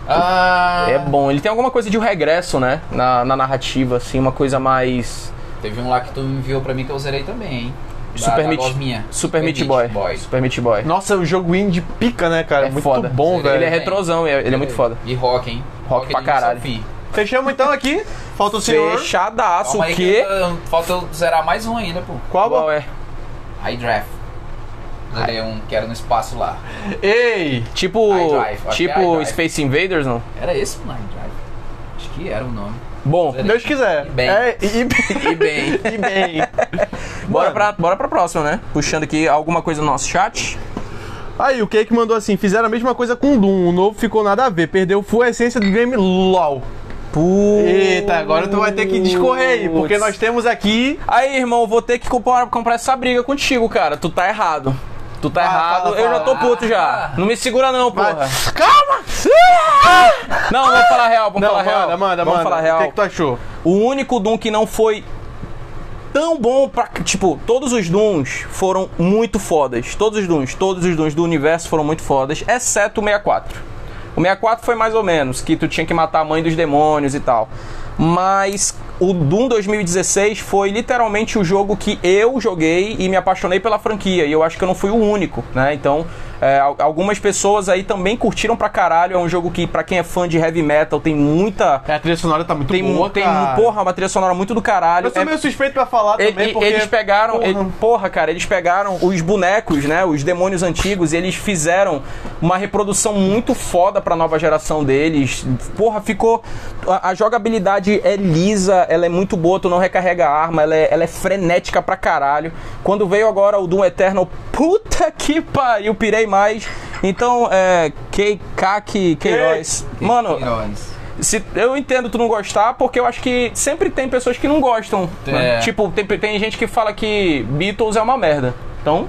Ah, É bom. Ele tem alguma coisa de um regresso, né? Na, na narrativa, assim, uma coisa mais. Teve um lá que tu enviou pra mim que eu zerei também, hein? Da- Super da Meat- gosminha. Super Meat Boy. Super Meat Boy. Nossa, o jogo indie pica, né, cara? É Muito foda. bom, Ele é velho. Ele é retrosão, ele é- ele é muito foda. E rock, hein? Rock pra de início caralho. ao fim. Fechamos então aqui. Falta o senhor. Fechadaço, Calma o aí quê? que eu- Falta eu zerar mais um ainda, pô. Qual? Qual é? High Draft. Zerei um que era no espaço lá. é. Ei! Tipo. iDrive, acho que é Tipo iDrive. Space Invaders, não? Era esse o High Drive? Acho que era o nome. Bom, Deus quiser. E bem. É, e, e bem. E bem. E bem. bora pra, bora pra próxima, né? Puxando aqui alguma coisa no nosso chat. Aí, o Cake mandou assim: fizeram a mesma coisa com o Doom. O novo ficou nada a ver. Perdeu full essência do game LOL. Eita, agora tu vai ter que discorrer aí, porque Putz. nós temos aqui. Aí, irmão, vou ter que comprar, comprar essa briga contigo, cara. Tu tá errado. Tu tá Fala, errado. fala, Eu já fala. tô puto já. Não me segura não, porra. Mas- Calma! Não, vamos falar real, vamos Não, falar manda, real. manda, manda. Vamos falar real. O que, que tu achou? O único Doom que não foi tão bom pra. Tipo, todos os Dooms foram muito fodas. Todos os Dooms, todos os Dooms do universo foram muito fodas, exceto o 64. O 64 foi mais ou menos, que tu tinha que matar a mãe dos demônios e tal. Mas o Doom 2016 foi literalmente o jogo que eu joguei e me apaixonei pela franquia. E eu acho que eu não fui o único, né? Então, é, al- algumas pessoas aí também curtiram pra caralho. É um jogo que, pra quem é fã de heavy metal, tem muita É, a trilha sonora tá muito tem, boa, um, tem cara. um, porra, uma trilha sonora muito do caralho. Eu sou É- meio suspeito pra falar e- também, e- porque. eles pegaram. Porra. ele- Porra. cara, eles pegaram os bonecos, né? Os demônios antigos, e eles fizeram uma reprodução muito foda pra nova geração deles. Porra, ficou. A, a jogabilidade é lisa, ela é muito boa, tu não recarrega a arma, ela é, ela é frenética pra caralho. Quando veio agora o Doom Eternal, puta que pariu, pirei mais. Então, é. Keikaki Queiroz. [LAUGHS] Mano, Heróis. se, eu entendo tu não gostar, porque eu acho que sempre tem pessoas que não gostam. né? É. Tipo, tem, tem gente que fala que Beatles é uma merda. Então,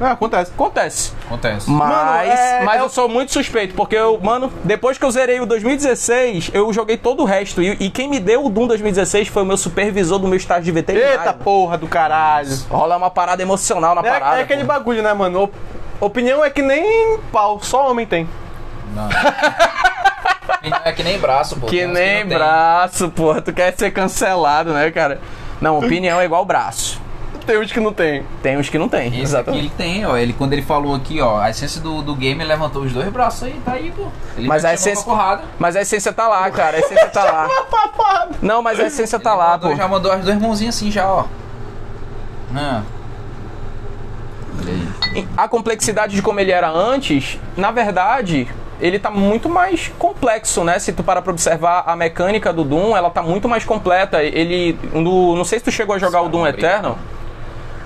É, acontece. acontece. Acontece. Mas, é- mas é eu o- sou muito suspeito, porque eu, mano, depois que eu zerei o 2016, eu joguei todo o resto. E, e quem me deu o Doom 2016 foi o meu supervisor do meu estágio de veterinário. Eita porra do caralho. Rola uma parada emocional na É, parada. é aquele pô. bagulho, né, mano? Op- opinião é que nem pau, só homem tem. Não. é que nem braço, pô. Tem Que uns nem não tem. braço, porra. Tu quer ser cancelado, né, cara? Não, opinião é igual braço. Tem uns que não tem. Tem uns que não tem. Esse aqui ele tem, ó. Ele, quando ele falou aqui, ó, a essência do, do game, ele levantou os dois braços aí, tá aí, pô. Ele Mas já a chamou essência- pra porrada. Mas a essência tá lá, cara. A essência tá [LAUGHS] lá. Ah, Não, mas a essência tá Ele lá, mandou- pô. Já mandou as duas mãozinhas assim, já, ó. Né? Ah. Olha aí. A complexidade de como ele era antes, na verdade, ele tá muito mais complexo, né? Se tu parar pra observar a mecânica do Doom, ela tá muito mais completa. Ele. no- não sei se tu chegou a jogar o Doom Obrigado. Eternal.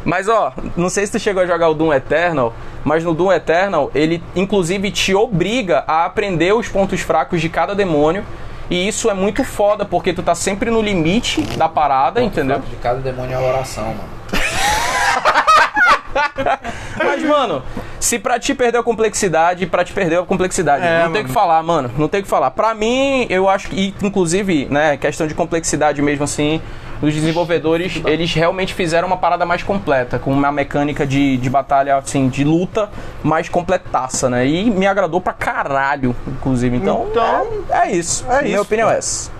Mas ó, não sei se tu chegou a jogar o Doom Eternal, mas no Doom Eternal ele inclusive te obriga a aprender os pontos fracos de cada demônio. E isso é muito foda, porque tu tá sempre no limite da parada, entendeu? De cada demônio é uma oração, mano. Mas, mano, se pra ti perder a complexidade, pra te perder a complexidade. É, não tem mano. o que falar, mano. Não tem o que falar. Pra mim, eu acho que, e, inclusive, né, questão de complexidade mesmo assim, os desenvolvedores, eles realmente fizeram uma parada mais completa, com uma mecânica de, de batalha, assim, de luta mais completaça, né? E me agradou pra caralho, inclusive. Então, Então, é, é isso. é Minha isso, opinião é essa.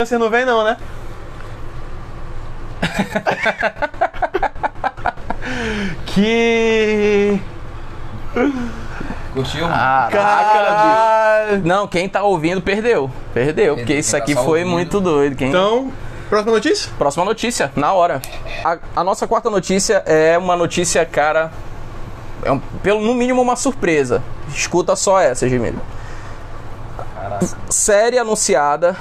Você não vem não, né? [LAUGHS] que Curtiu? mano? Caraca, cara. Não, quem tá ouvindo perdeu. Perdeu, porque Quem isso tá aqui só foi ouvindo. muito doido. Quem... Então, próxima notícia? Próxima notícia, na hora. A, a nossa quarta notícia é uma notícia, cara. É um- pelo no mínimo uma surpresa. Escuta só essa, Gemílio. Série anunciada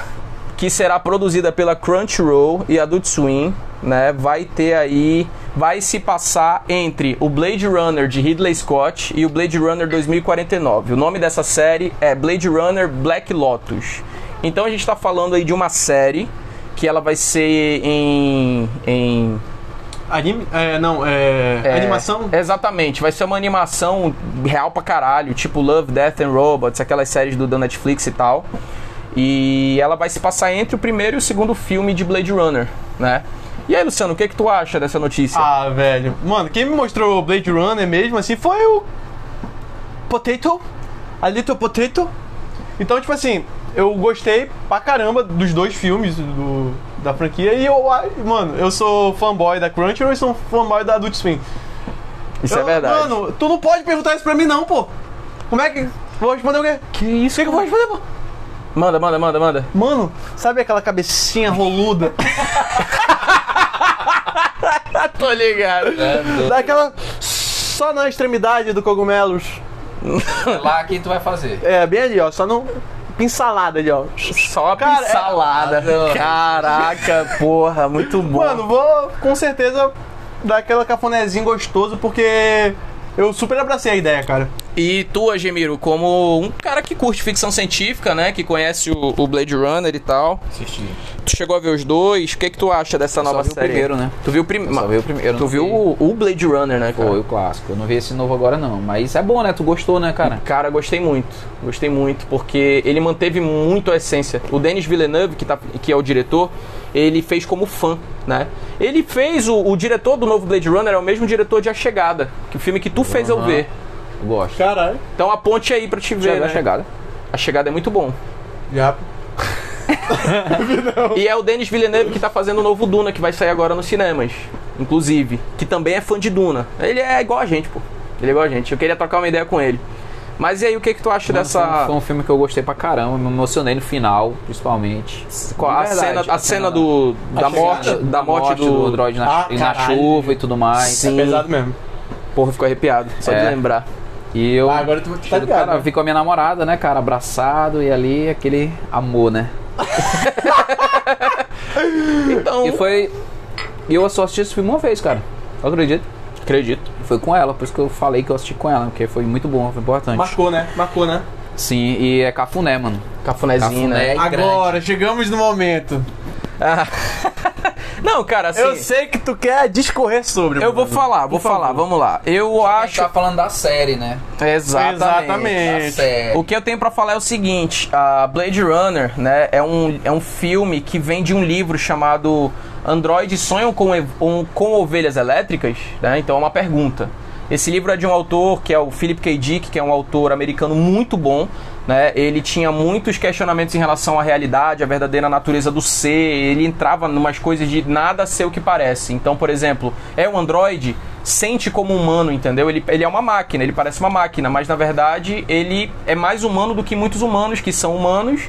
que será produzida pela Crunchyroll e Adult Swim, né? Vai ter aí. Vai se passar entre o Blade Runner de Ridley Scott e o Blade Runner 2049. O nome dessa série é Blade Runner Black Lotus. Então a gente está falando aí de uma série que ela vai ser em, em Anime? É, não, é. É, Animação? Exatamente, vai ser uma animação real pra caralho, tipo Love, Death and Robots, aquelas séries do da Netflix e tal. E ela vai se passar entre o primeiro e o segundo filme de Blade Runner, né? E aí, Luciano, o que, que tu acha dessa notícia? Ah, velho. Mano, quem me mostrou Blade Runner mesmo assim foi o. Potato. A Little Potato. Então, tipo assim, eu gostei pra caramba dos dois filmes do- da franquia. E eu, ai, mano, eu sou fanboy da Crunchyroll e sou um fanboy da Adult Swim. Isso é Eu- verdade. Mano, tu não pode perguntar isso pra mim, não, pô. Como é que. Vou responder o quê? que isso? O que, que eu vou responder, pô? Manda, manda, manda, manda. Mano, sabe aquela [COUGHS] cabecinha roluda? Tô ligado. Daquela. Só na extremidade do cogumelos. Lá aqui tu vai fazer. É, bem ali, ó. Só não. Pincelada ali, ó. Só a Cara, é- pincelada. Caraca, porra, muito bom. Mano, vou com certeza dar aquela cafonezinha gostoso, porque eu super abracei a ideia, cara. E tu, Agemiro, como um cara que curte ficção científica, né? Que conhece o, o Blade Runner e tal. Assistir. Tu chegou a ver os dois. O que que tu acha dessa nova vi o série? primeiro, né? Tu viu o primeiro. né? Eu só vi o primeiro, eu não Tu viu vi. o, o Blade Runner, né, cara? Foi o clássico. Eu não vi esse novo agora, não. Mas é bom, né? Tu gostou, né, cara? Cara, gostei muito. Gostei muito, porque ele manteve muito a essência. O Denis Villeneuve, que, tá, que é o diretor, ele fez como fã, né? Ele fez o, o diretor do novo Blade Runner, é o mesmo diretor de A Chegada, que o filme que tu fez eu Aham. ver. Eu gosto. Caralho. Então a ponte aí pra Já te ver. viu a Né? chegada. A chegada é muito bom. Já. E é o Denis Villeneuve que tá fazendo o novo Duna, que vai sair agora nos cinemas, inclusive. Que também é fã de Duna. Ele é igual a gente, pô. Ele é igual a gente. Eu queria trocar uma ideia com ele. Mas e aí, o que que tu acha dessa... Foi um filme que eu gostei pra caramba. Me emocionei no final, principalmente. qual- a, De verdade, cena, a da- cena do, da, A morte, chegada? da morte do, do... droid na, Ah, e na caralho. chuva e tudo mais. Sim. É pesado mesmo. Porra, ficou arrepiado. Só de É. lembrar. E eu, Ah, agora tu tá ligado, cara, né? vi com a minha namorada, né, cara, abraçado e ali aquele amor, [LAUGHS] né? Então... E foi. E eu só assisti esse filme uma vez, cara. Eu acredito. Acredito. Foi com ela, por isso que eu falei que eu assisti com ela, porque foi muito bom, foi importante. Marcou, né? Marcou, né? Sim, e é cafuné, mano. Cafunézinho, né? Cafuné. é Agora, chegamos no momento. Não, cara, assim... Eu sei que tu quer discorrer sobre. eu vou Bruno. falar, vou falar, vamos lá. Eu A gente acho. tá falando da série, né? Exatamente. É. Tá Da Exatamente. série. O que eu tenho pra falar é o seguinte: a Blade Runner, né, é um, é um filme que vem de um livro chamado Androides sonham com, ev- um- com ovelhas elétricas, né? Então é uma pergunta. Esse livro é de um autor que é o Philip K. Dick, que é um autor americano muito bom, né? Ele tinha muitos questionamentos em relação à realidade, à verdadeira natureza do ser. Ele entrava numas coisas de nada ser o que parece. Então, por exemplo, é um androide sente como humano, entendeu? Ele, ele é uma máquina, ele parece uma máquina, mas na verdade ele é mais humano do que muitos humanos que são humanos,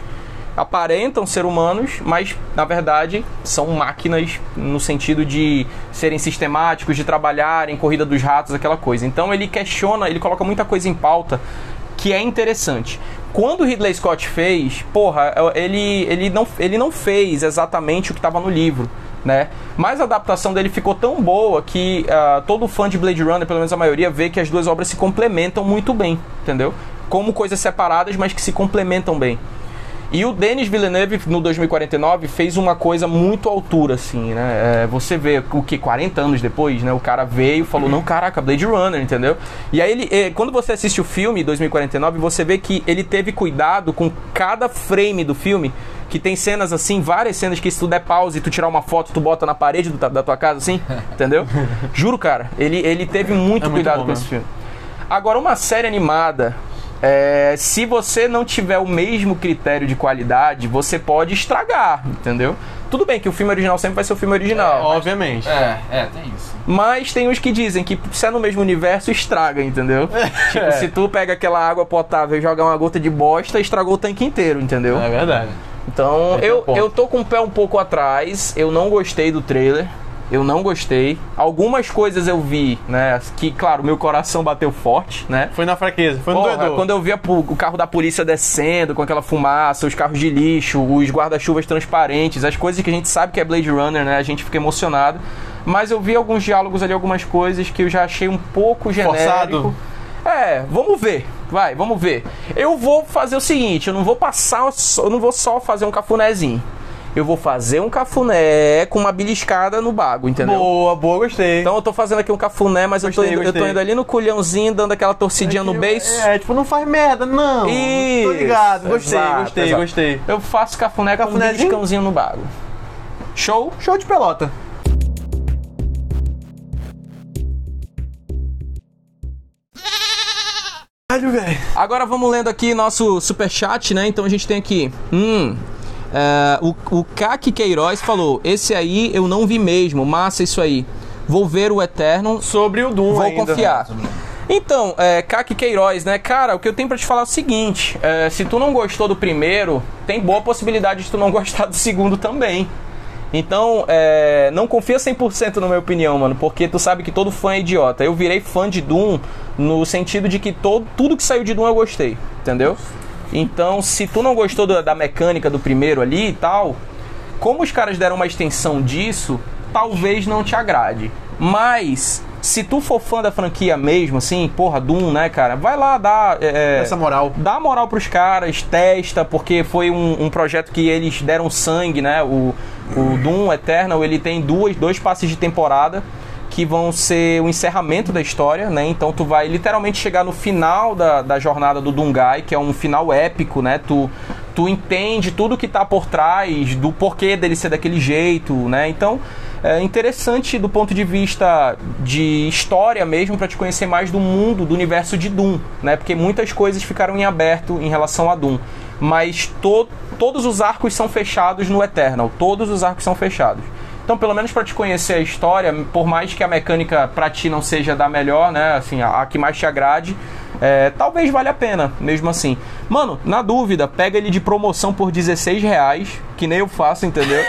aparentam ser humanos, mas na verdade são máquinas no sentido de serem sistemáticos, de trabalharem, corrida dos ratos, aquela coisa. Então ele questiona, ele coloca muita coisa em pauta que é interessante. Quando o Ridley Scott fez, porra, ele, ele, não, ele não fez exatamente o que estava no livro, né? Mas a adaptação dele ficou tão boa que ah, todo fã de Blade Runner, pelo menos a maioria, vê que as duas obras se complementam muito bem, entendeu? Como coisas separadas, mas que se complementam bem. E o Denis Villeneuve, no 2049, fez uma coisa muito à altura, assim, né? É, você vê o que 40 anos depois, né? O cara veio e falou, não, caraca, Blade Runner, entendeu? E aí, ele, eh, quando você assiste o filme 2049, você vê que ele teve cuidado com cada frame do filme, que tem cenas assim, várias cenas que se tu der pause e tu tirar uma foto, tu bota na parede do ta- da tua casa, assim, [LAUGHS] entendeu? Juro, cara, ele, ele teve muito, É muito cuidado bom com mesmo. esse filme. Agora, uma série animada, é, se você não tiver o mesmo critério de qualidade, você pode estragar, entendeu? Tudo bem que o filme original sempre vai ser o filme original. Obviamente. É, é, tem isso. Mas tem uns que dizem que se é no mesmo universo, estraga, entendeu? É. Tipo, se tu pega aquela água potável e joga uma gota de bosta, estragou o tanque inteiro, entendeu? É verdade. Então, Esse é o eu, ponto. eu tô com o pé um pouco atrás, eu não gostei do trailer. Eu não gostei. Algumas coisas eu vi, né? Que, claro, meu coração bateu forte, né? Foi na fraqueza, foi no Porra, doedor. quando eu vi a pu- o carro da polícia descendo com aquela fumaça, os carros de lixo, os guarda-chuvas transparentes, as coisas que a gente sabe que é Blade Runner, né? A gente fica emocionado. Mas eu vi alguns diálogos ali, algumas coisas que eu já achei um pouco genérico. Forçado? É, vamos ver. Vai, vamos ver. Eu vou fazer o seguinte, eu não vou passar, eu não vou só fazer um cafunézinho. eu vou fazer um cafuné com uma beliscada no bago, entendeu? Boa, boa, gostei. Então eu tô fazendo aqui um cafuné, mas eu, Gostei, tô indo, eu tô gostei. indo ali no culhãozinho, dando aquela torcidinha no beiço. É, tipo, não faz merda, não. Isso, Tô ligado, gostei, exato, gostei, exato. gostei. Eu faço cafuné com um Cafunézinho? beliscãozinho no bago. Show? Show de pelota. Caralho, velho. Agora vamos lendo aqui nosso superchat, né? Então a gente tem aqui. Hum. é, o, o Kaki Queiroz falou: Esse aí eu não vi mesmo, massa isso aí. Vou ver o Eterno, Sobre o Doom vou ainda. né? confiar. Então, é, Kaki Queiroz, né? Cara, o que eu tenho pra te falar é o seguinte: é, se tu não gostou do primeiro, tem boa possibilidade de tu não [LAUGHS] gostar do segundo também. Então, é, não confia 100% na minha opinião, mano, porque tu sabe que todo fã é idiota. Eu virei fã de Doom no sentido de que todo, tudo que saiu de Doom eu gostei, entendeu? Então, se tu não gostou da, da mecânica do primeiro ali e tal, como os caras deram uma extensão disso, talvez não te agrade. Mas, se tu for fã da franquia mesmo, assim, porra, Doom, né, cara, vai lá dar. é, Essa moral. dá moral pros caras, testa, porque foi um, um projeto que eles deram sangue, né? O, o Doom Eternal, ele tem duas, dois passes de temporada que vão ser o encerramento da história, né? Então tu vai literalmente chegar no final da, da jornada do Dungai, que é um final épico, né? Tu, tu entende tudo que tá por trás, do porquê dele ser daquele jeito, né? Então é interessante do ponto de vista de história mesmo para te conhecer mais do mundo, do universo de Doom, né? Porque muitas coisas ficaram em aberto em relação a Doom, mas to- todos os arcos são fechados no Eternal, todos os arcos são fechados. Então, pelo menos para te conhecer a história, por mais que a mecânica para ti não seja da melhor, né? Assim, a, a que mais te agrade, é, talvez valha a pena, mesmo assim. Mano, na dúvida, pega ele de promoção por 16 reais, que nem eu faço, entendeu?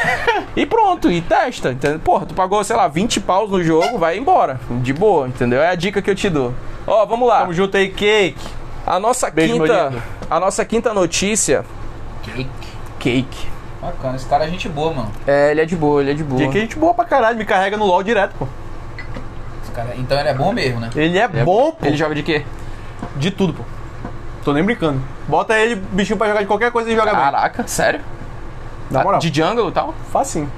e pronto, e testa, entendeu? Porra, tu pagou, sei lá, 20 paus no jogo, vai embora. De boa, entendeu? É a dica que eu te dou. Ó, vamos lá. Tamo junto aí, cake. A nossa Beijo, meu quinta. lindo. A nossa quinta notícia. Cake. Cake. Bacana, esse cara é gente boa, mano. É, ele é de boa, ele é de boa. Dia que a gente boa pra caralho, me carrega no LOL direto, pô. Esse cara- então ele é bom mesmo, né? Ele é, bom, pô. Ele joga de quê? De tudo, pô. Tô nem brincando. Bota ele, bichinho, pra jogar de qualquer coisa e joga bem. Caraca, sério? Na moral. De jungle e tal? Facinho.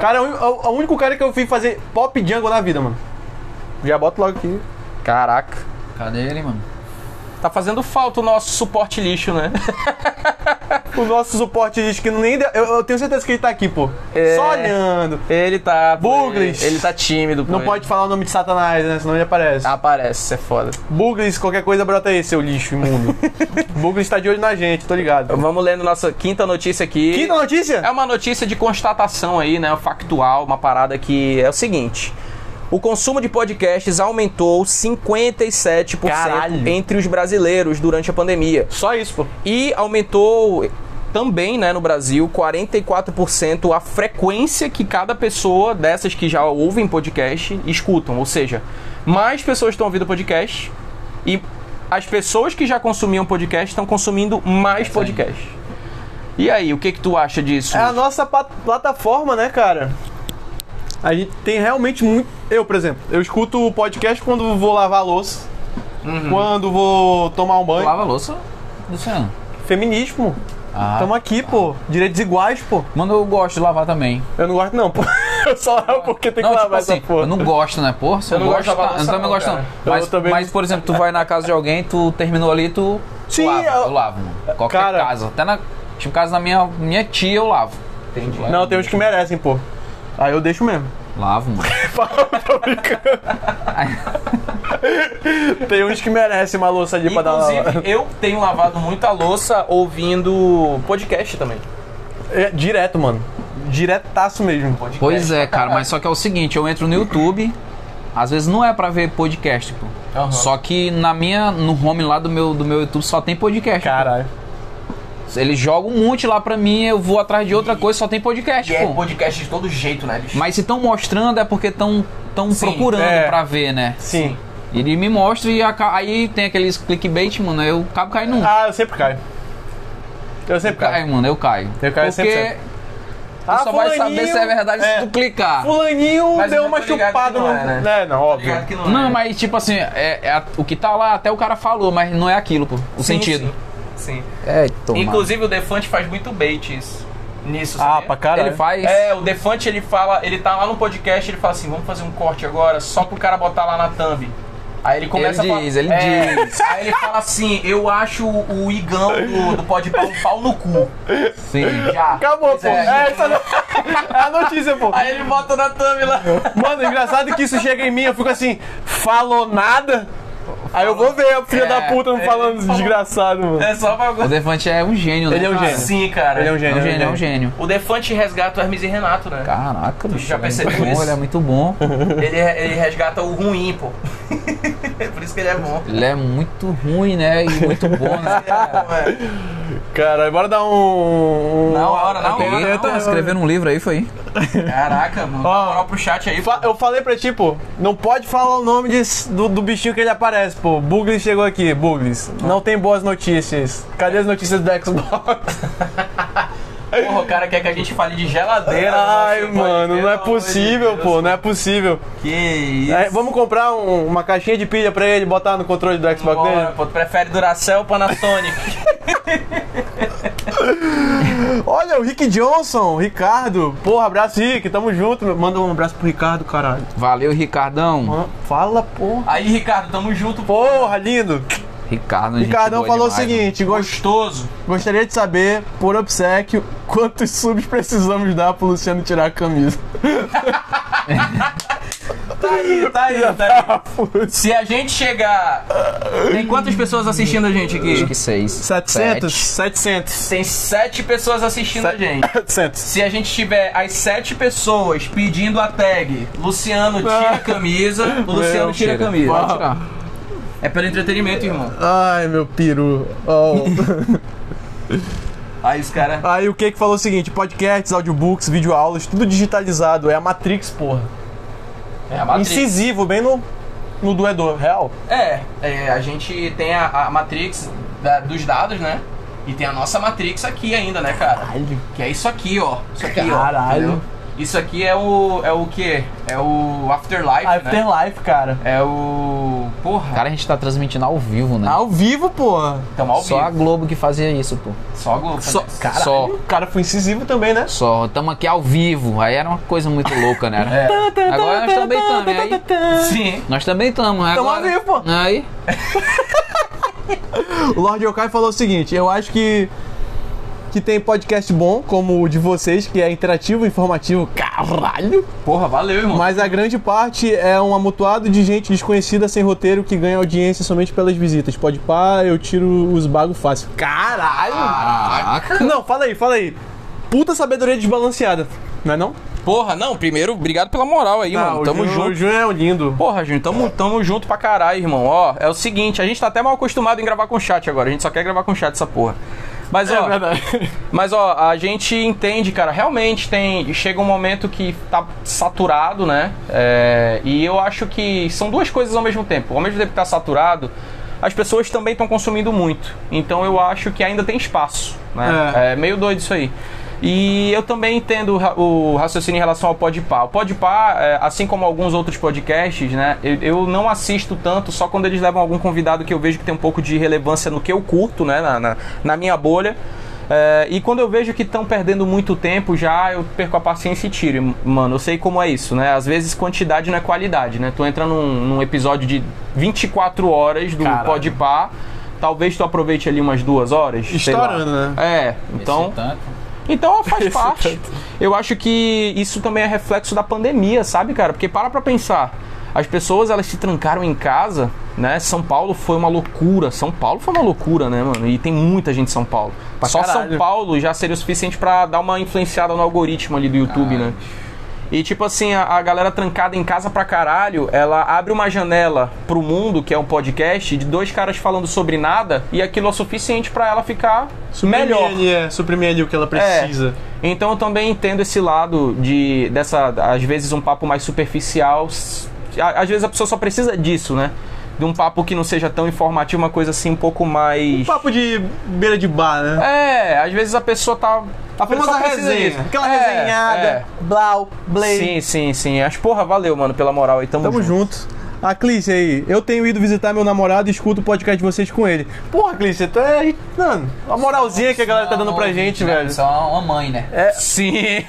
Cara, é o, é o- é o único cara que eu fui fazer pop jungle na vida, mano. Já bota logo aqui. Caraca. Cadê ele, mano? Tá fazendo falta o nosso suporte lixo, né? O nosso suporte diz que nem. deu- Eu, eu tenho certeza que ele tá aqui, pô. É. Só olhando. [LAUGHS] Ele tá. Bugles. Ele tá tímido. pô. Não pode falar o nome de Satanás, né? Senão ele aparece. Aparece, isso é foda. Bugles, qualquer coisa brota aí, seu lixo imundo. Bugles tá de olho na gente, tô ligado. Vamos lendo nossa quinta notícia aqui. Quinta notícia? É uma notícia de constatação aí, né? Factual, uma parada que é o seguinte. O consumo de podcasts aumentou 57% Caralho. entre os brasileiros durante a pandemia. Só isso, pô. E aumentou também, né, no Brasil, 44% a frequência que cada pessoa dessas que já ouvem podcast escutam. Ou seja, mais pessoas estão ouvindo podcast e as pessoas que já consumiam podcast estão consumindo mais podcast. E aí, o que que tu acha disso? É a nossa pa- plataforma, né, cara? A gente tem realmente muito. Eu, por exemplo, eu escuto o podcast quando vou lavar a louça, quando vou tomar um banho. Lava a louça, Luciano. Feminismo. Ah. Tamo aqui, pô. Direitos iguais, pô. Mano, eu gosto de lavar também. Eu não gosto, não, pô. [LAUGHS] Eu só lavo porque tem que Não, tipo lavar assim, essa porra. eu não gosto, né? Porra, se eu, Eu não gosto, gosto de lavar tá, eu louça também não, gosto não. cara. Mas, Eu também mas, por exemplo, tu vai na casa de alguém, tu terminou ali, tu Sim, lava. eu- Eu, lavo, mano. Qualquer Cara. casa. Até na tipo, casa da minha, minha tia eu lavo. Entendi. Não, tem uns que merecem, pô. Aí eu deixo mesmo. Lavo, mano. Tem uns que merecem uma louça ali pra dar uma... Inclusive, eu tenho lavado muita louça ouvindo podcast também. É, direto, mano. Diretaço mesmo. Pois é, cara, mas só que é o seguinte, eu entro no YouTube, às vezes não é pra ver podcast, pô. Aham. Só que na minha, no home lá do meu, do meu YouTube só tem podcast. pô. Caralho. Eles jogam um monte lá pra mim, eu vou atrás de outra coisa, só tem podcast, E é pô. podcast de todo jeito, né, bicho? Mas se estão mostrando é porque estão tão Sim, procurando é. pra ver, né? Sim. Ele me mostra e aca- aí tem aqueles clickbait, mano, eu acabo caindo num. Ah, eu sempre caio. Eu sempre caio. Caio, mano, eu caio. Eu caio Porque 100%. Ah, tu só vai saber se é verdade se tu clicar. Fulaninho Mas eu já deu tá uma tô ligado chupada que no... não é, né? É, não, óbvio. Não, mas tipo assim, é, é a- o que tá lá até o cara falou, mas não é aquilo, pô. O sentido. Sim. sim. É, toma. Inclusive o Defante faz muito bait isso. nisso. Ah, sabia? pra caralho. Ele faz. É, o Defante ele fala, ele tá lá no podcast, ele fala assim, vamos fazer um corte agora só pro cara botar lá na thumb. Aí ele começa Ele a diz, ele diz. [LAUGHS] Aí ele fala assim, eu acho o o Igão do, do Pode Pau um pau no cu. Sim. Já. Acabou, Pois pô. é. É, essa no- [LAUGHS] é a notícia, pô. Aí ele bota na thumb [LAUGHS] lá. Mano, é engraçado que isso chega em mim, eu fico assim, falou nada? Aí eu vou ver a filha É, da puta não falando desgraçado, mano. É só pra... O Defante é um gênio, né? Ele é um Ah, cara? gênio. Sim, cara. Ele é um É gênio, um gênio, é um gênio. O Defante resgata o Hermes e Renato, né? Caraca, bicho. já ele é percebeu muito bom, isso? Ele é muito [LAUGHS] bom. Ele, ele resgata o ruim, pô. [LAUGHS] É Por isso que ele é [LAUGHS] bom. Ele é muito ruim, né? E muito bom, né? É, Cara, bora dar um. um- Na hora, na uma hora, vinheta. na hora. Escrever um livro aí foi. é. Caraca, mano. Dá Ó. uma moral pro chat aí. pô. Fa- Eu falei pra ti, pô, não pode falar o nome desse- do, do bichinho que ele aparece, pô. Bugles chegou aqui, Bugles. Não tem boas notícias. Cadê as notícias do Xbox? Porra, o cara quer que a gente fale de geladeira. Ai, Nossa, pode- mano, não é pelo amor de possível, Deus. pô, não é possível. Que isso. É, vamos comprar um- uma caixinha de pilha pra ele botar no controle do Xbox dele? Bora, pô, tu prefere Duracell ou [LAUGHS] Panasonic? Olha, o Rick Johnson, Ricardo. Porra, abraço, Rick. Tamo junto. meu. Manda um abraço pro Ricardo, caralho. Valeu, Ricardão. Mano, Fala, porra. Aí, Ricardo, tamo junto, pô. Porra, lindo. Ricardo, gente Ricardão boa falou o demais, seguinte: gost- Gostoso. gostaria de saber, por obsequio, quantos subs precisamos dar pro Luciano tirar a camisa. Tá aí, tá aí, tá aí. Putz. Se a gente chegar. Tem quantas pessoas assistindo a gente né? Acho aqui? que seis. 700? Sete. 700. Tem sete pessoas assistindo a gente. 700. Se a gente tiver as sete pessoas pedindo a tag Luciano tira a Ah. camisa, o Luciano Não, tira a Tira. camisa. Pode tirar. É pelo entretenimento, irmão. Ai, meu peru. Oh. Aí os caras. [LAUGHS] Aí o que que falou o seguinte: podcasts, audiobooks, videoaulas, tudo digitalizado. É a Matrix, porra. É a Matrix. Incisivo, bem no, no doedor, real. É, é, a gente tem a, a Matrix da- dos dados, né? E tem a nossa Matrix aqui ainda, né, cara? Que é isso aqui, ó. Isso aqui, Caralho. ó. entendeu? Isso aqui é o. É o quê? É o Afterlife, né? Afterlife, cara. É o. Porra. Cara, a gente tá transmitindo ao vivo, né? Tá Ao vivo, porra. Tamo ao Só a vivo. Globo que fazia isso, pô. Só a Globo. Só, né? caralho, Só. o cara foi incisivo também, né? Só, tamo aqui ao vivo. Aí era uma coisa muito louca, né? [LAUGHS] É. Agora nós também estamos, aí. Sim. Nós também estamos, né? Tamo Agora- ao vivo, pô. Aí. O Lord Yokai falou o seguinte: eu acho que. Que tem podcast bom, como o de vocês, que é interativo, informativo, caralho. Porra, valeu, irmão. Mas a grande parte é um amontoado de gente desconhecida sem roteiro que ganha audiência somente pelas visitas. Pode pá, eu tiro os bagos fácil. Caralho! Caraca. Não, fala aí, fala aí. Puta sabedoria desbalanceada, não é não? Porra, não, primeiro, obrigado pela moral aí, mano. o Tamo Jun- O junto. Jun é um lindo. Porra, Júnior, tamo, tamo junto pra caralho, irmão. Ó, é o seguinte, a gente tá até mal acostumado em gravar com chat agora. A gente só quer gravar com chat essa porra. É Mas, ó, mas ó, a gente entende, cara, realmente tem. Chega um momento que tá saturado, né? É, e eu acho que são duas coisas ao mesmo tempo. Ao mesmo tempo que tá saturado, as pessoas também estão consumindo muito. Então eu acho que ainda tem espaço, né? É. É, meio doido isso aí. E eu também entendo o ra- o raciocínio em relação ao Podpah. O Podpah, é, assim como alguns outros podcasts, né? Eu, eu não assisto tanto, só quando eles levam algum convidado que eu vejo que tem um pouco de relevância no que eu curto, né? Na, na, na minha bolha. É, e quando eu vejo que estão perdendo muito tempo já, eu perco a paciência e tiro. E, Mano, eu sei como é isso, né? Às vezes quantidade não é qualidade, né? Tu entra num, num episódio de 24 horas do Caralho. Podpah, talvez tu aproveite ali umas duas horas. sei lá. Estourando, né? É, então. tá- Então [LAUGHS] faz parte. Eu acho que isso também é reflexo da pandemia, sabe, cara? Porque para pra pensar. As pessoas elas se trancaram em casa, né? São Paulo foi uma loucura. São Paulo foi uma loucura, né, mano? E tem muita gente em São Paulo. Só caralho. São Paulo já seria o suficiente pra dar uma influenciada no algoritmo ali do YouTube, né? E tipo assim, a, a galera trancada em casa pra caralho, ela abre uma janela pro mundo, que é um podcast, de dois caras falando sobre nada, e aquilo é o suficiente pra ela ficar Suprimir melhor. ali, é, suprimir ali o que ela precisa. Então eu também entendo esse lado de dessa às vezes um papo mais superficial. S- a- Às vezes a pessoa só precisa disso, né? De um papo que não seja tão informativo, uma coisa assim um pouco mais Papo de beira de bar, né? É, às vezes a pessoa tá A famosa só precisa resenha. disso. Aquela É, resenhada. é. Blau, Blay. Sim, sim, sim. Acho porra, valeu, mano, pela moral aí. Tamo, Tamo junto. junto. A Clícia aí, eu tenho ido visitar meu namorado e escuto o podcast de vocês com ele. Porra, Clícia, tu é. Mano, a moralzinha que a galera tá dando pra gente, né? velho. Só uma mãe, né? É, [LAUGHS] Sim.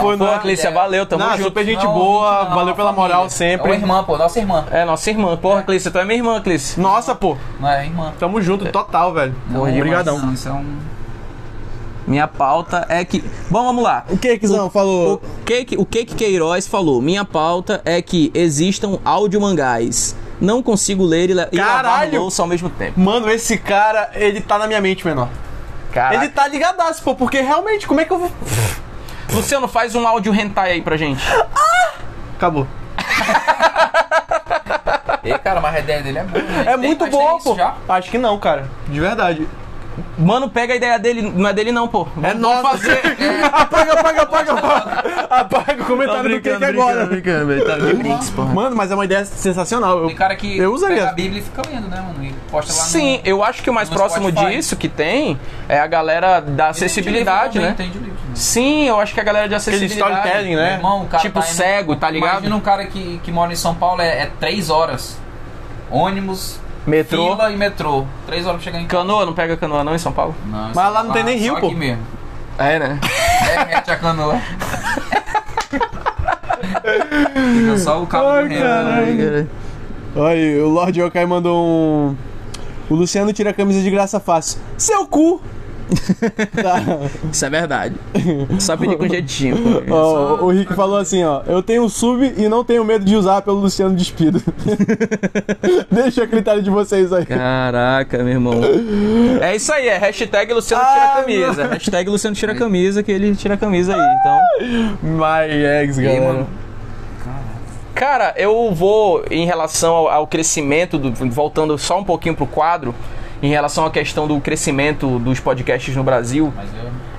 foi Pô, no. Clícia, valeu, tamo Não, junto. super gente Não, boa, não, valeu pela família. moral É uma sempre. irmã, pô, nossa irmã. É, nossa irmã. Porra, Clícia, tu é minha irmã, Clícia. Nossa, pô, Não é irmã. tamo junto, total, velho. Não, irmã, Obrigadão. Não, isso é um... Minha pauta é que. Bom, vamos lá. O é que que Zão O falou? que, que- o que que Queiroz falou? Minha pauta é que existam audiomangás. Não consigo ler e, la- e lavar Caralho! no bolso ao mesmo tempo. Mano, esse cara, ele tá na minha mente, menor. Caraca. Ele tá ligadaço, pô, porque realmente, como é que eu vou. Luciano, faz um áudio hentai aí pra gente. Acabou. Ei, cara, mas a ideia dele é boa. né? É [LAUGHS] Tem- muito mas tem bom, isso pô. Já? Acho que não, cara. De verdade. Mano, pega a ideia dele. Não é dele, não, pô. É nossa. [LAUGHS] Fazer. [LAUGHS] apaga, apaga, apaga, apaga. [LAUGHS] Apaga o comentário do que que agora. tá Mano, mas é uma ideia sensacional. Eu, Tem cara que eu usaria. pega a Bíblia e fica lendo, né, mano? E posta lá no- Sim, eu acho que o mais no próximo Spotify. disso que tem é a galera da acessibilidade, né? Entende livro. né? Sim, eu acho que a galera de Aquele acessibilidade. storytelling, Meu né? irmão, o cara Tipo tá indo- cego, tá ligado? Imagina um cara que, que mora em São Paulo é, é três horas. Ônibus, Metrô. fila e metrô. Três horas pra chegar em casa. Canoa, não pega canoa não em São Paulo? Não, é Mas lá não tem nem só rio, aqui pô. mesmo. É, né? Derrete a [LAUGHS] canoa. Fica só o cabo Ai, do rio. caralho. Aí, o Lord Yokai mandou um. O Luciano tira a camisa de graça fácil. Seu cu! tá. [LAUGHS] Isso é verdade. Só pedir com jeitinho. [LAUGHS] pô. Ó, o Rick falou assim, ó. Eu tenho sub e não tenho medo de usar pelo Luciano [LAUGHS] Despido. Deixa a critério de vocês aí. Caraca, meu irmão. É isso aí, é hashtag Luciano tira a camisa. Hashtag Luciano tira a camisa, que ele tira a camisa aí. Então. My ex, E, galera. mano, Cara, eu vou em relação ao, ao crescimento, do- voltando só um pouquinho pro quadro, em relação à questão do crescimento dos podcasts no Brasil, mas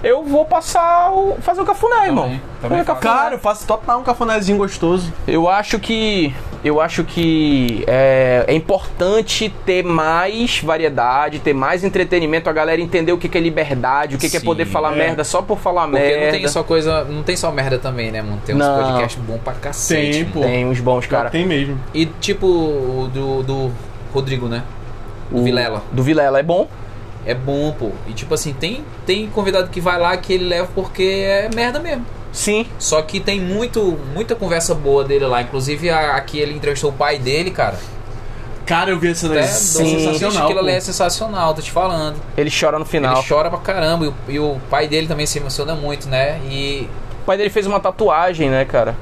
eu... eu vou passar o. fazer um cafuné, irmão. também Fazer um faço. cafuné. Cara, eu faço total um cafunézinho gostoso. Eu acho que eu acho que é, é importante ter mais variedade, ter mais entretenimento, a galera entender o que, que é liberdade, o que, que é Sim, poder falar merda só por falar Porque merda. não tem só coisa, não tem só merda também, né, mano? Tem uns Não. podcasts bons pra cacete. Tem, mano. pô. Tem uns bons, cara. Tem mesmo. E tipo o do, do Rodrigo, né? O Vilela. Do Vilela é bom. É bom, pô. E tipo assim, tem, tem convidado que vai lá que ele leva porque é merda mesmo. Sim. Só que tem muito, muita conversa boa dele lá. Inclusive, a, aqui ele entrevistou o pai dele, cara. Cara, eu vi essa Até Sim. sensacional. Aquilo ali é É, pô. sensacional, tô te falando. Ele chora no Ele final. chora pra caramba. E o, e o pai dele também se emociona muito, né? E O pai dele fez uma tatuagem, né, cara?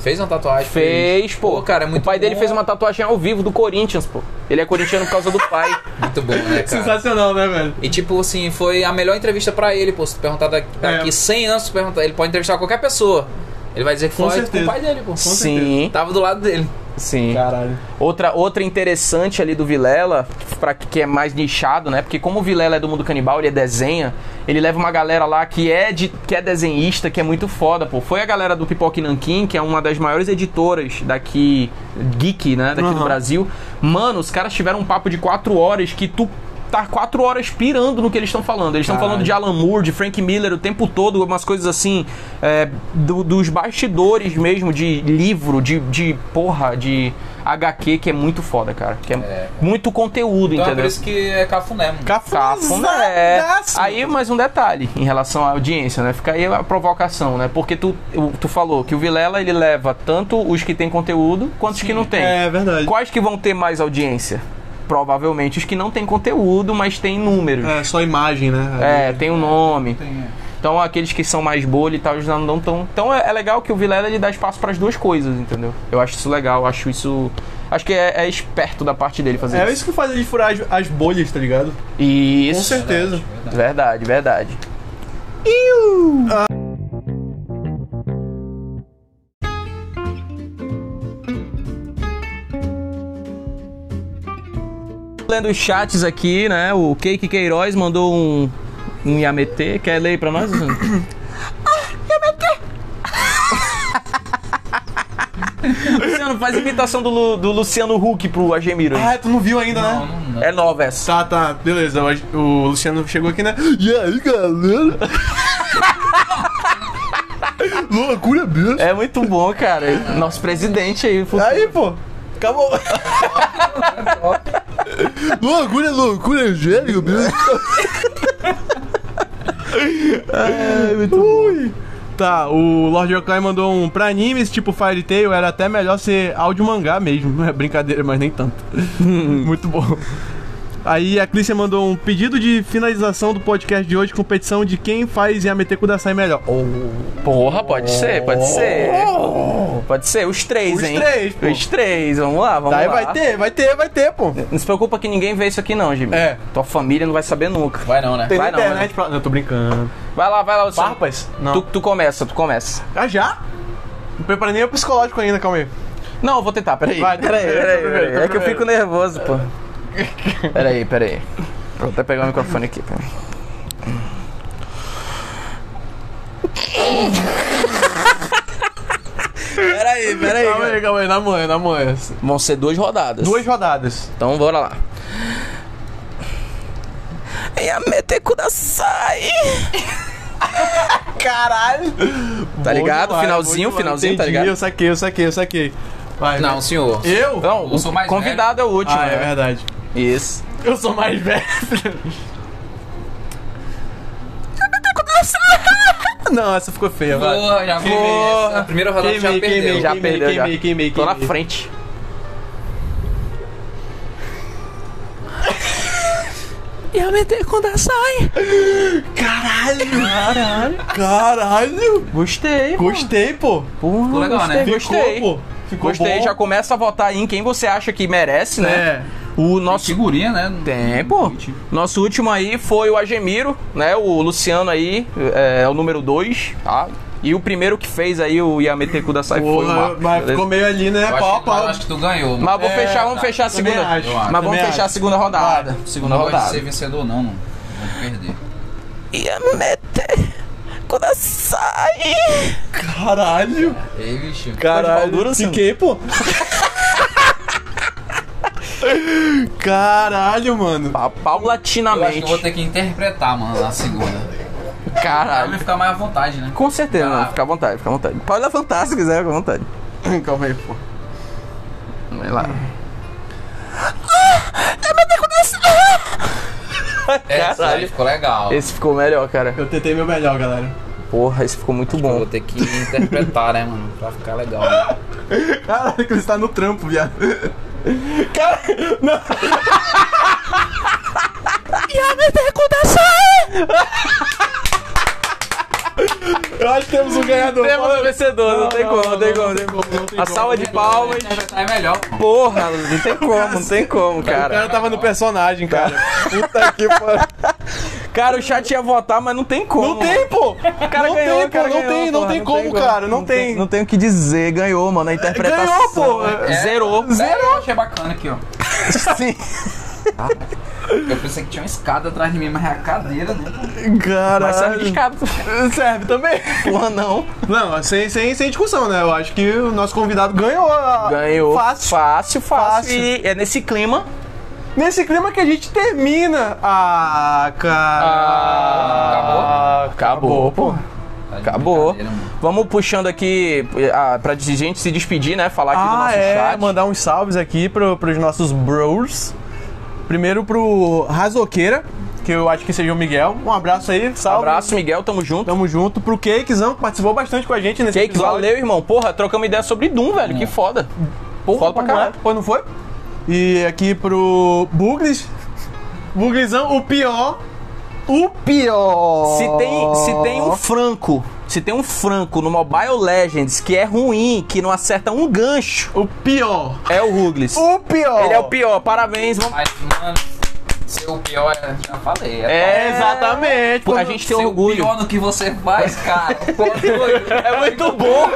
fez uma tatuagem. Fez, pô. cara, é muito o pai dele bom. fez uma tatuagem ao vivo do Corinthians, pô. Ele é corintiano por causa do [LAUGHS] pai. Muito bom, [LAUGHS] né, cara? Sensacional, né, velho? E tipo assim, foi a melhor entrevista pra ele, pô. Se tu perguntar daqui, É. daqui 100 anos, se tu perguntar, ele pode entrevistar qualquer pessoa. Ele vai dizer que Com foi com certeza. o pai dele, pô. sim, Tava do lado dele. sim. Caralho. Outra, outra interessante ali do Vilela, para que é mais nichado, né? Porque como o Vilela é do mundo canibal, ele é desenha, ele leva uma galera lá que é de, que é desenhista, que é muito foda, pô. Foi a galera do Pipoque Nanquim, que é uma das maiores editoras daqui geek, né, daqui do Aham. Brasil. Mano, os caras tiveram um papo de quatro horas que tu tá quatro horas pirando no que eles estão falando. Eles estão falando de Alan Moore, de Frank Miller o tempo todo, umas coisas assim, é, do- dos bastidores mesmo, de livro, de, de porra, de HQ, que é muito foda, cara. Que é, muito conteúdo, Então é por entendeu? isso que é cafuné, mano. Cafuné. Cafunadaço. Aí mais um detalhe em relação à audiência, né? Fica aí a provocação, né? Porque tu, o- tu falou que o Vilela ele leva tanto os que tem conteúdo quanto os que não tem. É verdade. Quais que vão ter mais audiência? Provavelmente os que não tem conteúdo, mas tem números. É, só imagem, né? É, tem um nome. Tem, é. Então aqueles que são mais bolha e tal, eles não tão. Então é, é legal que o Vilela ele dá espaço para as duas coisas, entendeu? Eu acho isso legal, acho isso. Acho que é, é esperto da parte dele fazer É isso. isso que faz ele furar as, as bolhas, tá ligado? Isso. Com certeza. Verdade, verdade. Lendo os chats aqui, né? O Cake Queiroz mandou um, um Yamete. Quer ler aí pra nós? Luciano? Luciano, faz imitação do, Lu- do Luciano Huck pro Agemiro. aí. Ah, tu não viu ainda, né? Não, não, É nova essa. Tá, tá, beleza. O, o Luciano chegou aqui, né? E aí, galera? [LAUGHS] Loucura, bicho. É muito bom, cara. Nosso presidente aí. Aí, pô. [LAUGHS] Acabou. é Loucura, loucura, Angélico. Ui. Tá, o Lord Yokai mandou um pra animes tipo Fire Tail, era até melhor ser áudio mangá mesmo. Não é brincadeira, mas nem tanto. Muito bom. Aí a Clícia mandou um pedido de finalização do podcast de hoje, competição de quem faz Yamete Kudasai melhor. Porra, pode ser, pode ser. Pode ser, os três, Oh. Os hein? três, pô. Os três, vamos lá, vamos Daí lá. vai ter, vai ter, vai ter, pô. Não se preocupa que ninguém vê isso aqui não, Jimmy. É. Tua família não vai saber nunca. Vai não, né? Tem Vai na não, internet pra... Não, tô brincando. Vai lá, vai lá, Wilson. Farpas? Não. Tu, tu começa, tu começa. Ah, já? Não preparei nem o psicológico ainda, calma aí. Não, eu vou tentar, peraí. Vai, peraí, tu peraí, primeiro, peraí. tu É que eu primeiro. fico nervoso, pô. Peraí, peraí. Vou até pegar o microfone aqui, peraí. Peraí, peraí. Calma aí, calma aí, na manhã, na manhã. Vão ser duas rodadas. Duas rodadas. Então bora lá. É a Metecudasai! [LAUGHS] Caralho! Tá ligado? Finalzinho, finalzinho, tá ligado? Eu saquei, eu saquei, eu saquei. Vai, Não, senhor. vai. Eu? Não, Eu sou mais o convidado é o último. Ah, é Tá né? verdade. Isso. Eu sou mais velho. Não, essa ficou feia, vai. Porra, já Queimei vou. essa. Primeira rodada Queimei, já perdeu. queimei, Já queimei, perdeu, já. queimei, queimei, Tô na queimei. frente. Caralho! Caralho! Gostei, pô. Gostei, pô. Ficou legal, gostei, né? Gostei. Ficou, pô. Ficou Gostei, bom. já começa a votar aí em quem você acha que merece, né? É. O nosso Figurinha, né? tempo. Nosso último aí foi o Agemiro, né? O Luciano aí é, é o número 2, tá? E o primeiro que fez aí o Yamete Kudasai foi o Porra, Marcos. mas beleza? ficou meio ali, né? Pau, Eu acho, que, mas pau. eu acho que tu ganhou. Mas vou É, fechar, vamos tá. fechar a Também segunda. acho, Mas também vamos fechar a acho. segunda rodada. Segunda não vai ser rodada. vencedor, não, mano. Vou perder. Caralho! Ei, bicho. Caralho, assim. fiquei, pô. Caralho, mano. Pa- Eu acho que eu vou Paulatinamente. ter que interpretar, mano, na segunda. Pra Caralho. me ficar mais à vontade, né? Com certeza, Tá. não. Fica à vontade, fica à vontade. Pode levantar se quiser, fica à vontade. [LAUGHS] Calma aí, pô. Vai lá. Essa É, aí ficou legal. Esse ficou melhor, cara. Eu tentei meu melhor, galera. Porra, esse ficou muito Eu vou bom. ter que interpretar, né, mano? Pra ficar legal. [LAUGHS] Né? Caralho, que você tá no trampo, viado. Cara, não. Eu acho que temos um ganhador. Temos um vencedor, não, tem como, não tem como, não tem como. tem A salva de palmas. Interpretar é melhor. pô. Porra, não tem como, não tem como, O cara cara. Tá. tava no personagem, cara. Puta [LAUGHS] que pariu. Cara, o chat ia votar, mas não tem como. Não tem, pô. cara não ganhou, tem, pô. cara ganhou, não tem, não porra, tem não como, tem como. cara. Não, tem. Não tem o que dizer, ganhou, mano, a interpretação. Ganhou, pô. É. Zerou. Zero. É, Eu achei bacana aqui, ó. [LAUGHS] Ah, Sim. Eu pensei que tinha uma escada atrás de mim, mas é a cadeira, né? Caralho. Mas serve de escada. Serve também. Porra, não. Não, sem, sem, sem discussão, né? Eu acho que o nosso convidado ganhou. a- Ganhou. Fácil. Fácil, fácil. Fácil. E é nesse clima. Nesse clima que a gente termina. Ah, cara. Acabou, pô. Tá de Acabou. brincadeira, mano. Vamos puxando aqui ah, pra gente se despedir, né? Falar aqui do Ah, nosso é. chat. Mandar uns salves aqui pro, pros nossos bros. Primeiro pro Razoqueira, que eu acho que seja o Miguel. Um abraço aí, salve. Abraço, Miguel, tamo junto. Tamo junto. Pro Cakezão, que participou bastante com a gente nesse Cakes, episódio. É. valeu, irmão. Porra, trocamos ideia sobre Doom, velho. Que foda. Porra, Foda pra como é? caralho. Pô, não foi? E aqui pro Bugles. Buglesão, o pior. O pior. Se tem, se tem um franco, se tem um franco no Mobile Legends que é ruim, que não acerta um gancho, O pior. é o Ruglis. O pior. Ele é o pior, parabéns. Vamos... Mas, mano, ser o pior é. Já falei. É, Exatamente. Pô, A gente tem ser o orgulho. pior no que você faz, [LAUGHS] cara. É muito bom,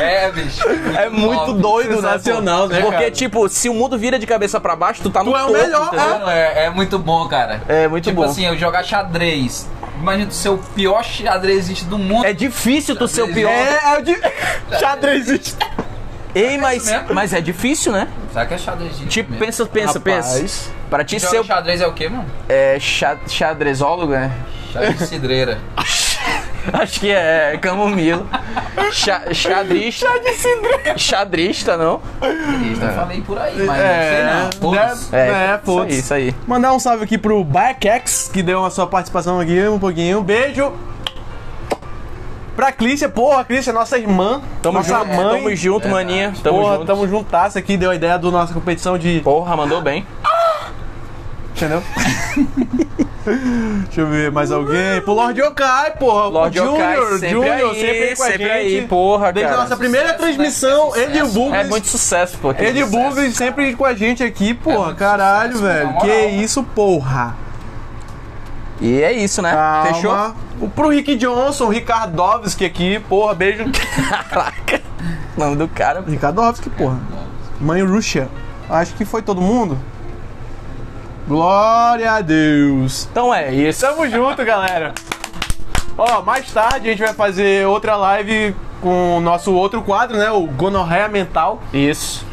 é, bicho. é muito top. doido, né? Sensacional, pô? né, Porque, cara? tipo, se o mundo vira de cabeça pra baixo, tu tá no Tu é o topo, melhor, entendeu? Mano, É, é muito bom, cara. É, muito tipo bom. assim, eu jogar xadrez. Imagina tu ser o pior xadrezista do mundo. É difícil tu ser o pior. É, é [LAUGHS] o de. Xadrez. existe. Ei, mas, mesmo. mas é difícil, né? Será que é xadrezista? Tipo, mesmo? pensa, pensa, Rapaz. pensa. Pra ti Joga ser o xadrez é o quê, mano? é, xa- xadrezólogo, né? Xadrez cidreira. [LAUGHS] Acho que é camomila. Chá, xadrista. Xadrista, não? Eu É. falei por aí, mas não sei não. né? Todos. É, isso putz. aí, Isso aí. Mandar um salve aqui pro Bikex, que deu a sua participação aqui um pouquinho. Beijo. Pra Clícia, porra, Clícia é nossa irmã, Tamo nossa junto, mãe. É. tamo junto, maninha. Tamo porra, junto. tamo juntasso aqui, deu a ideia da nossa competição de. Porra, mandou bem. Entendeu? [LAUGHS] Deixa eu ver mais alguém. Pro Lord Yokai, porra. Lorde o Junior, Yokai sempre Junior, aí, sempre com a sempre gente. aí, porra, Desde a cara. nossa primeira transmissão, ele e o Bugles. É muito sucesso, pô. aquele Ele e o sucesso. Bugles sempre com a gente aqui, porra. muito caralho, sucesso, velho. na Que moral. isso, porra. E é isso, né? Calma. Fechou? [LAUGHS] O pro Rick Johnson, Ricardovski aqui, porra, beijo. Caraca. O nome do cara. [LAUGHS] é Ricardovski, porra. Mãe Ruxa. Acho que foi todo mundo. Glória a Deus. Então é isso. Tamo junto, galera. Ó, mais tarde a gente vai fazer outra live com o nosso outro quadro, né? O Gonorreia Mental. Isso.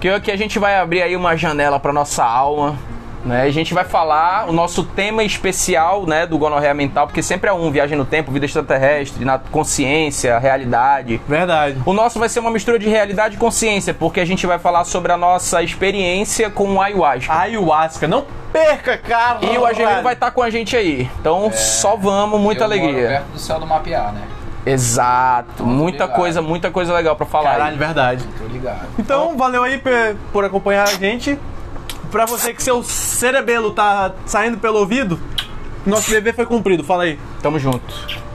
Que aqui a gente vai abrir aí uma janela pra nossa alma. Né? A gente vai falar o nosso tema especial né, do gonorreia mental, porque sempre é um, viagem no tempo, vida extraterrestre, na consciência, realidade. Verdade. O nosso vai ser uma mistura de realidade e consciência, porque a gente vai falar sobre a nossa experiência com o ayahuasca. Ah, Ayahuasca. Não perca, cara. E o Agemiro vai estar com a gente aí. Então só vamos, muita É, Eu moro alegria. perto do céu do mapear, né? Exato, muita ligado. coisa, muita coisa legal pra falar. aí. Caralho, verdade. Tô ligado. Então, valeu aí pe- por acompanhar a gente. Pra você que seu cerebelo tá saindo pelo ouvido, nosso dever foi cumprido. Fala aí. Tamo junto.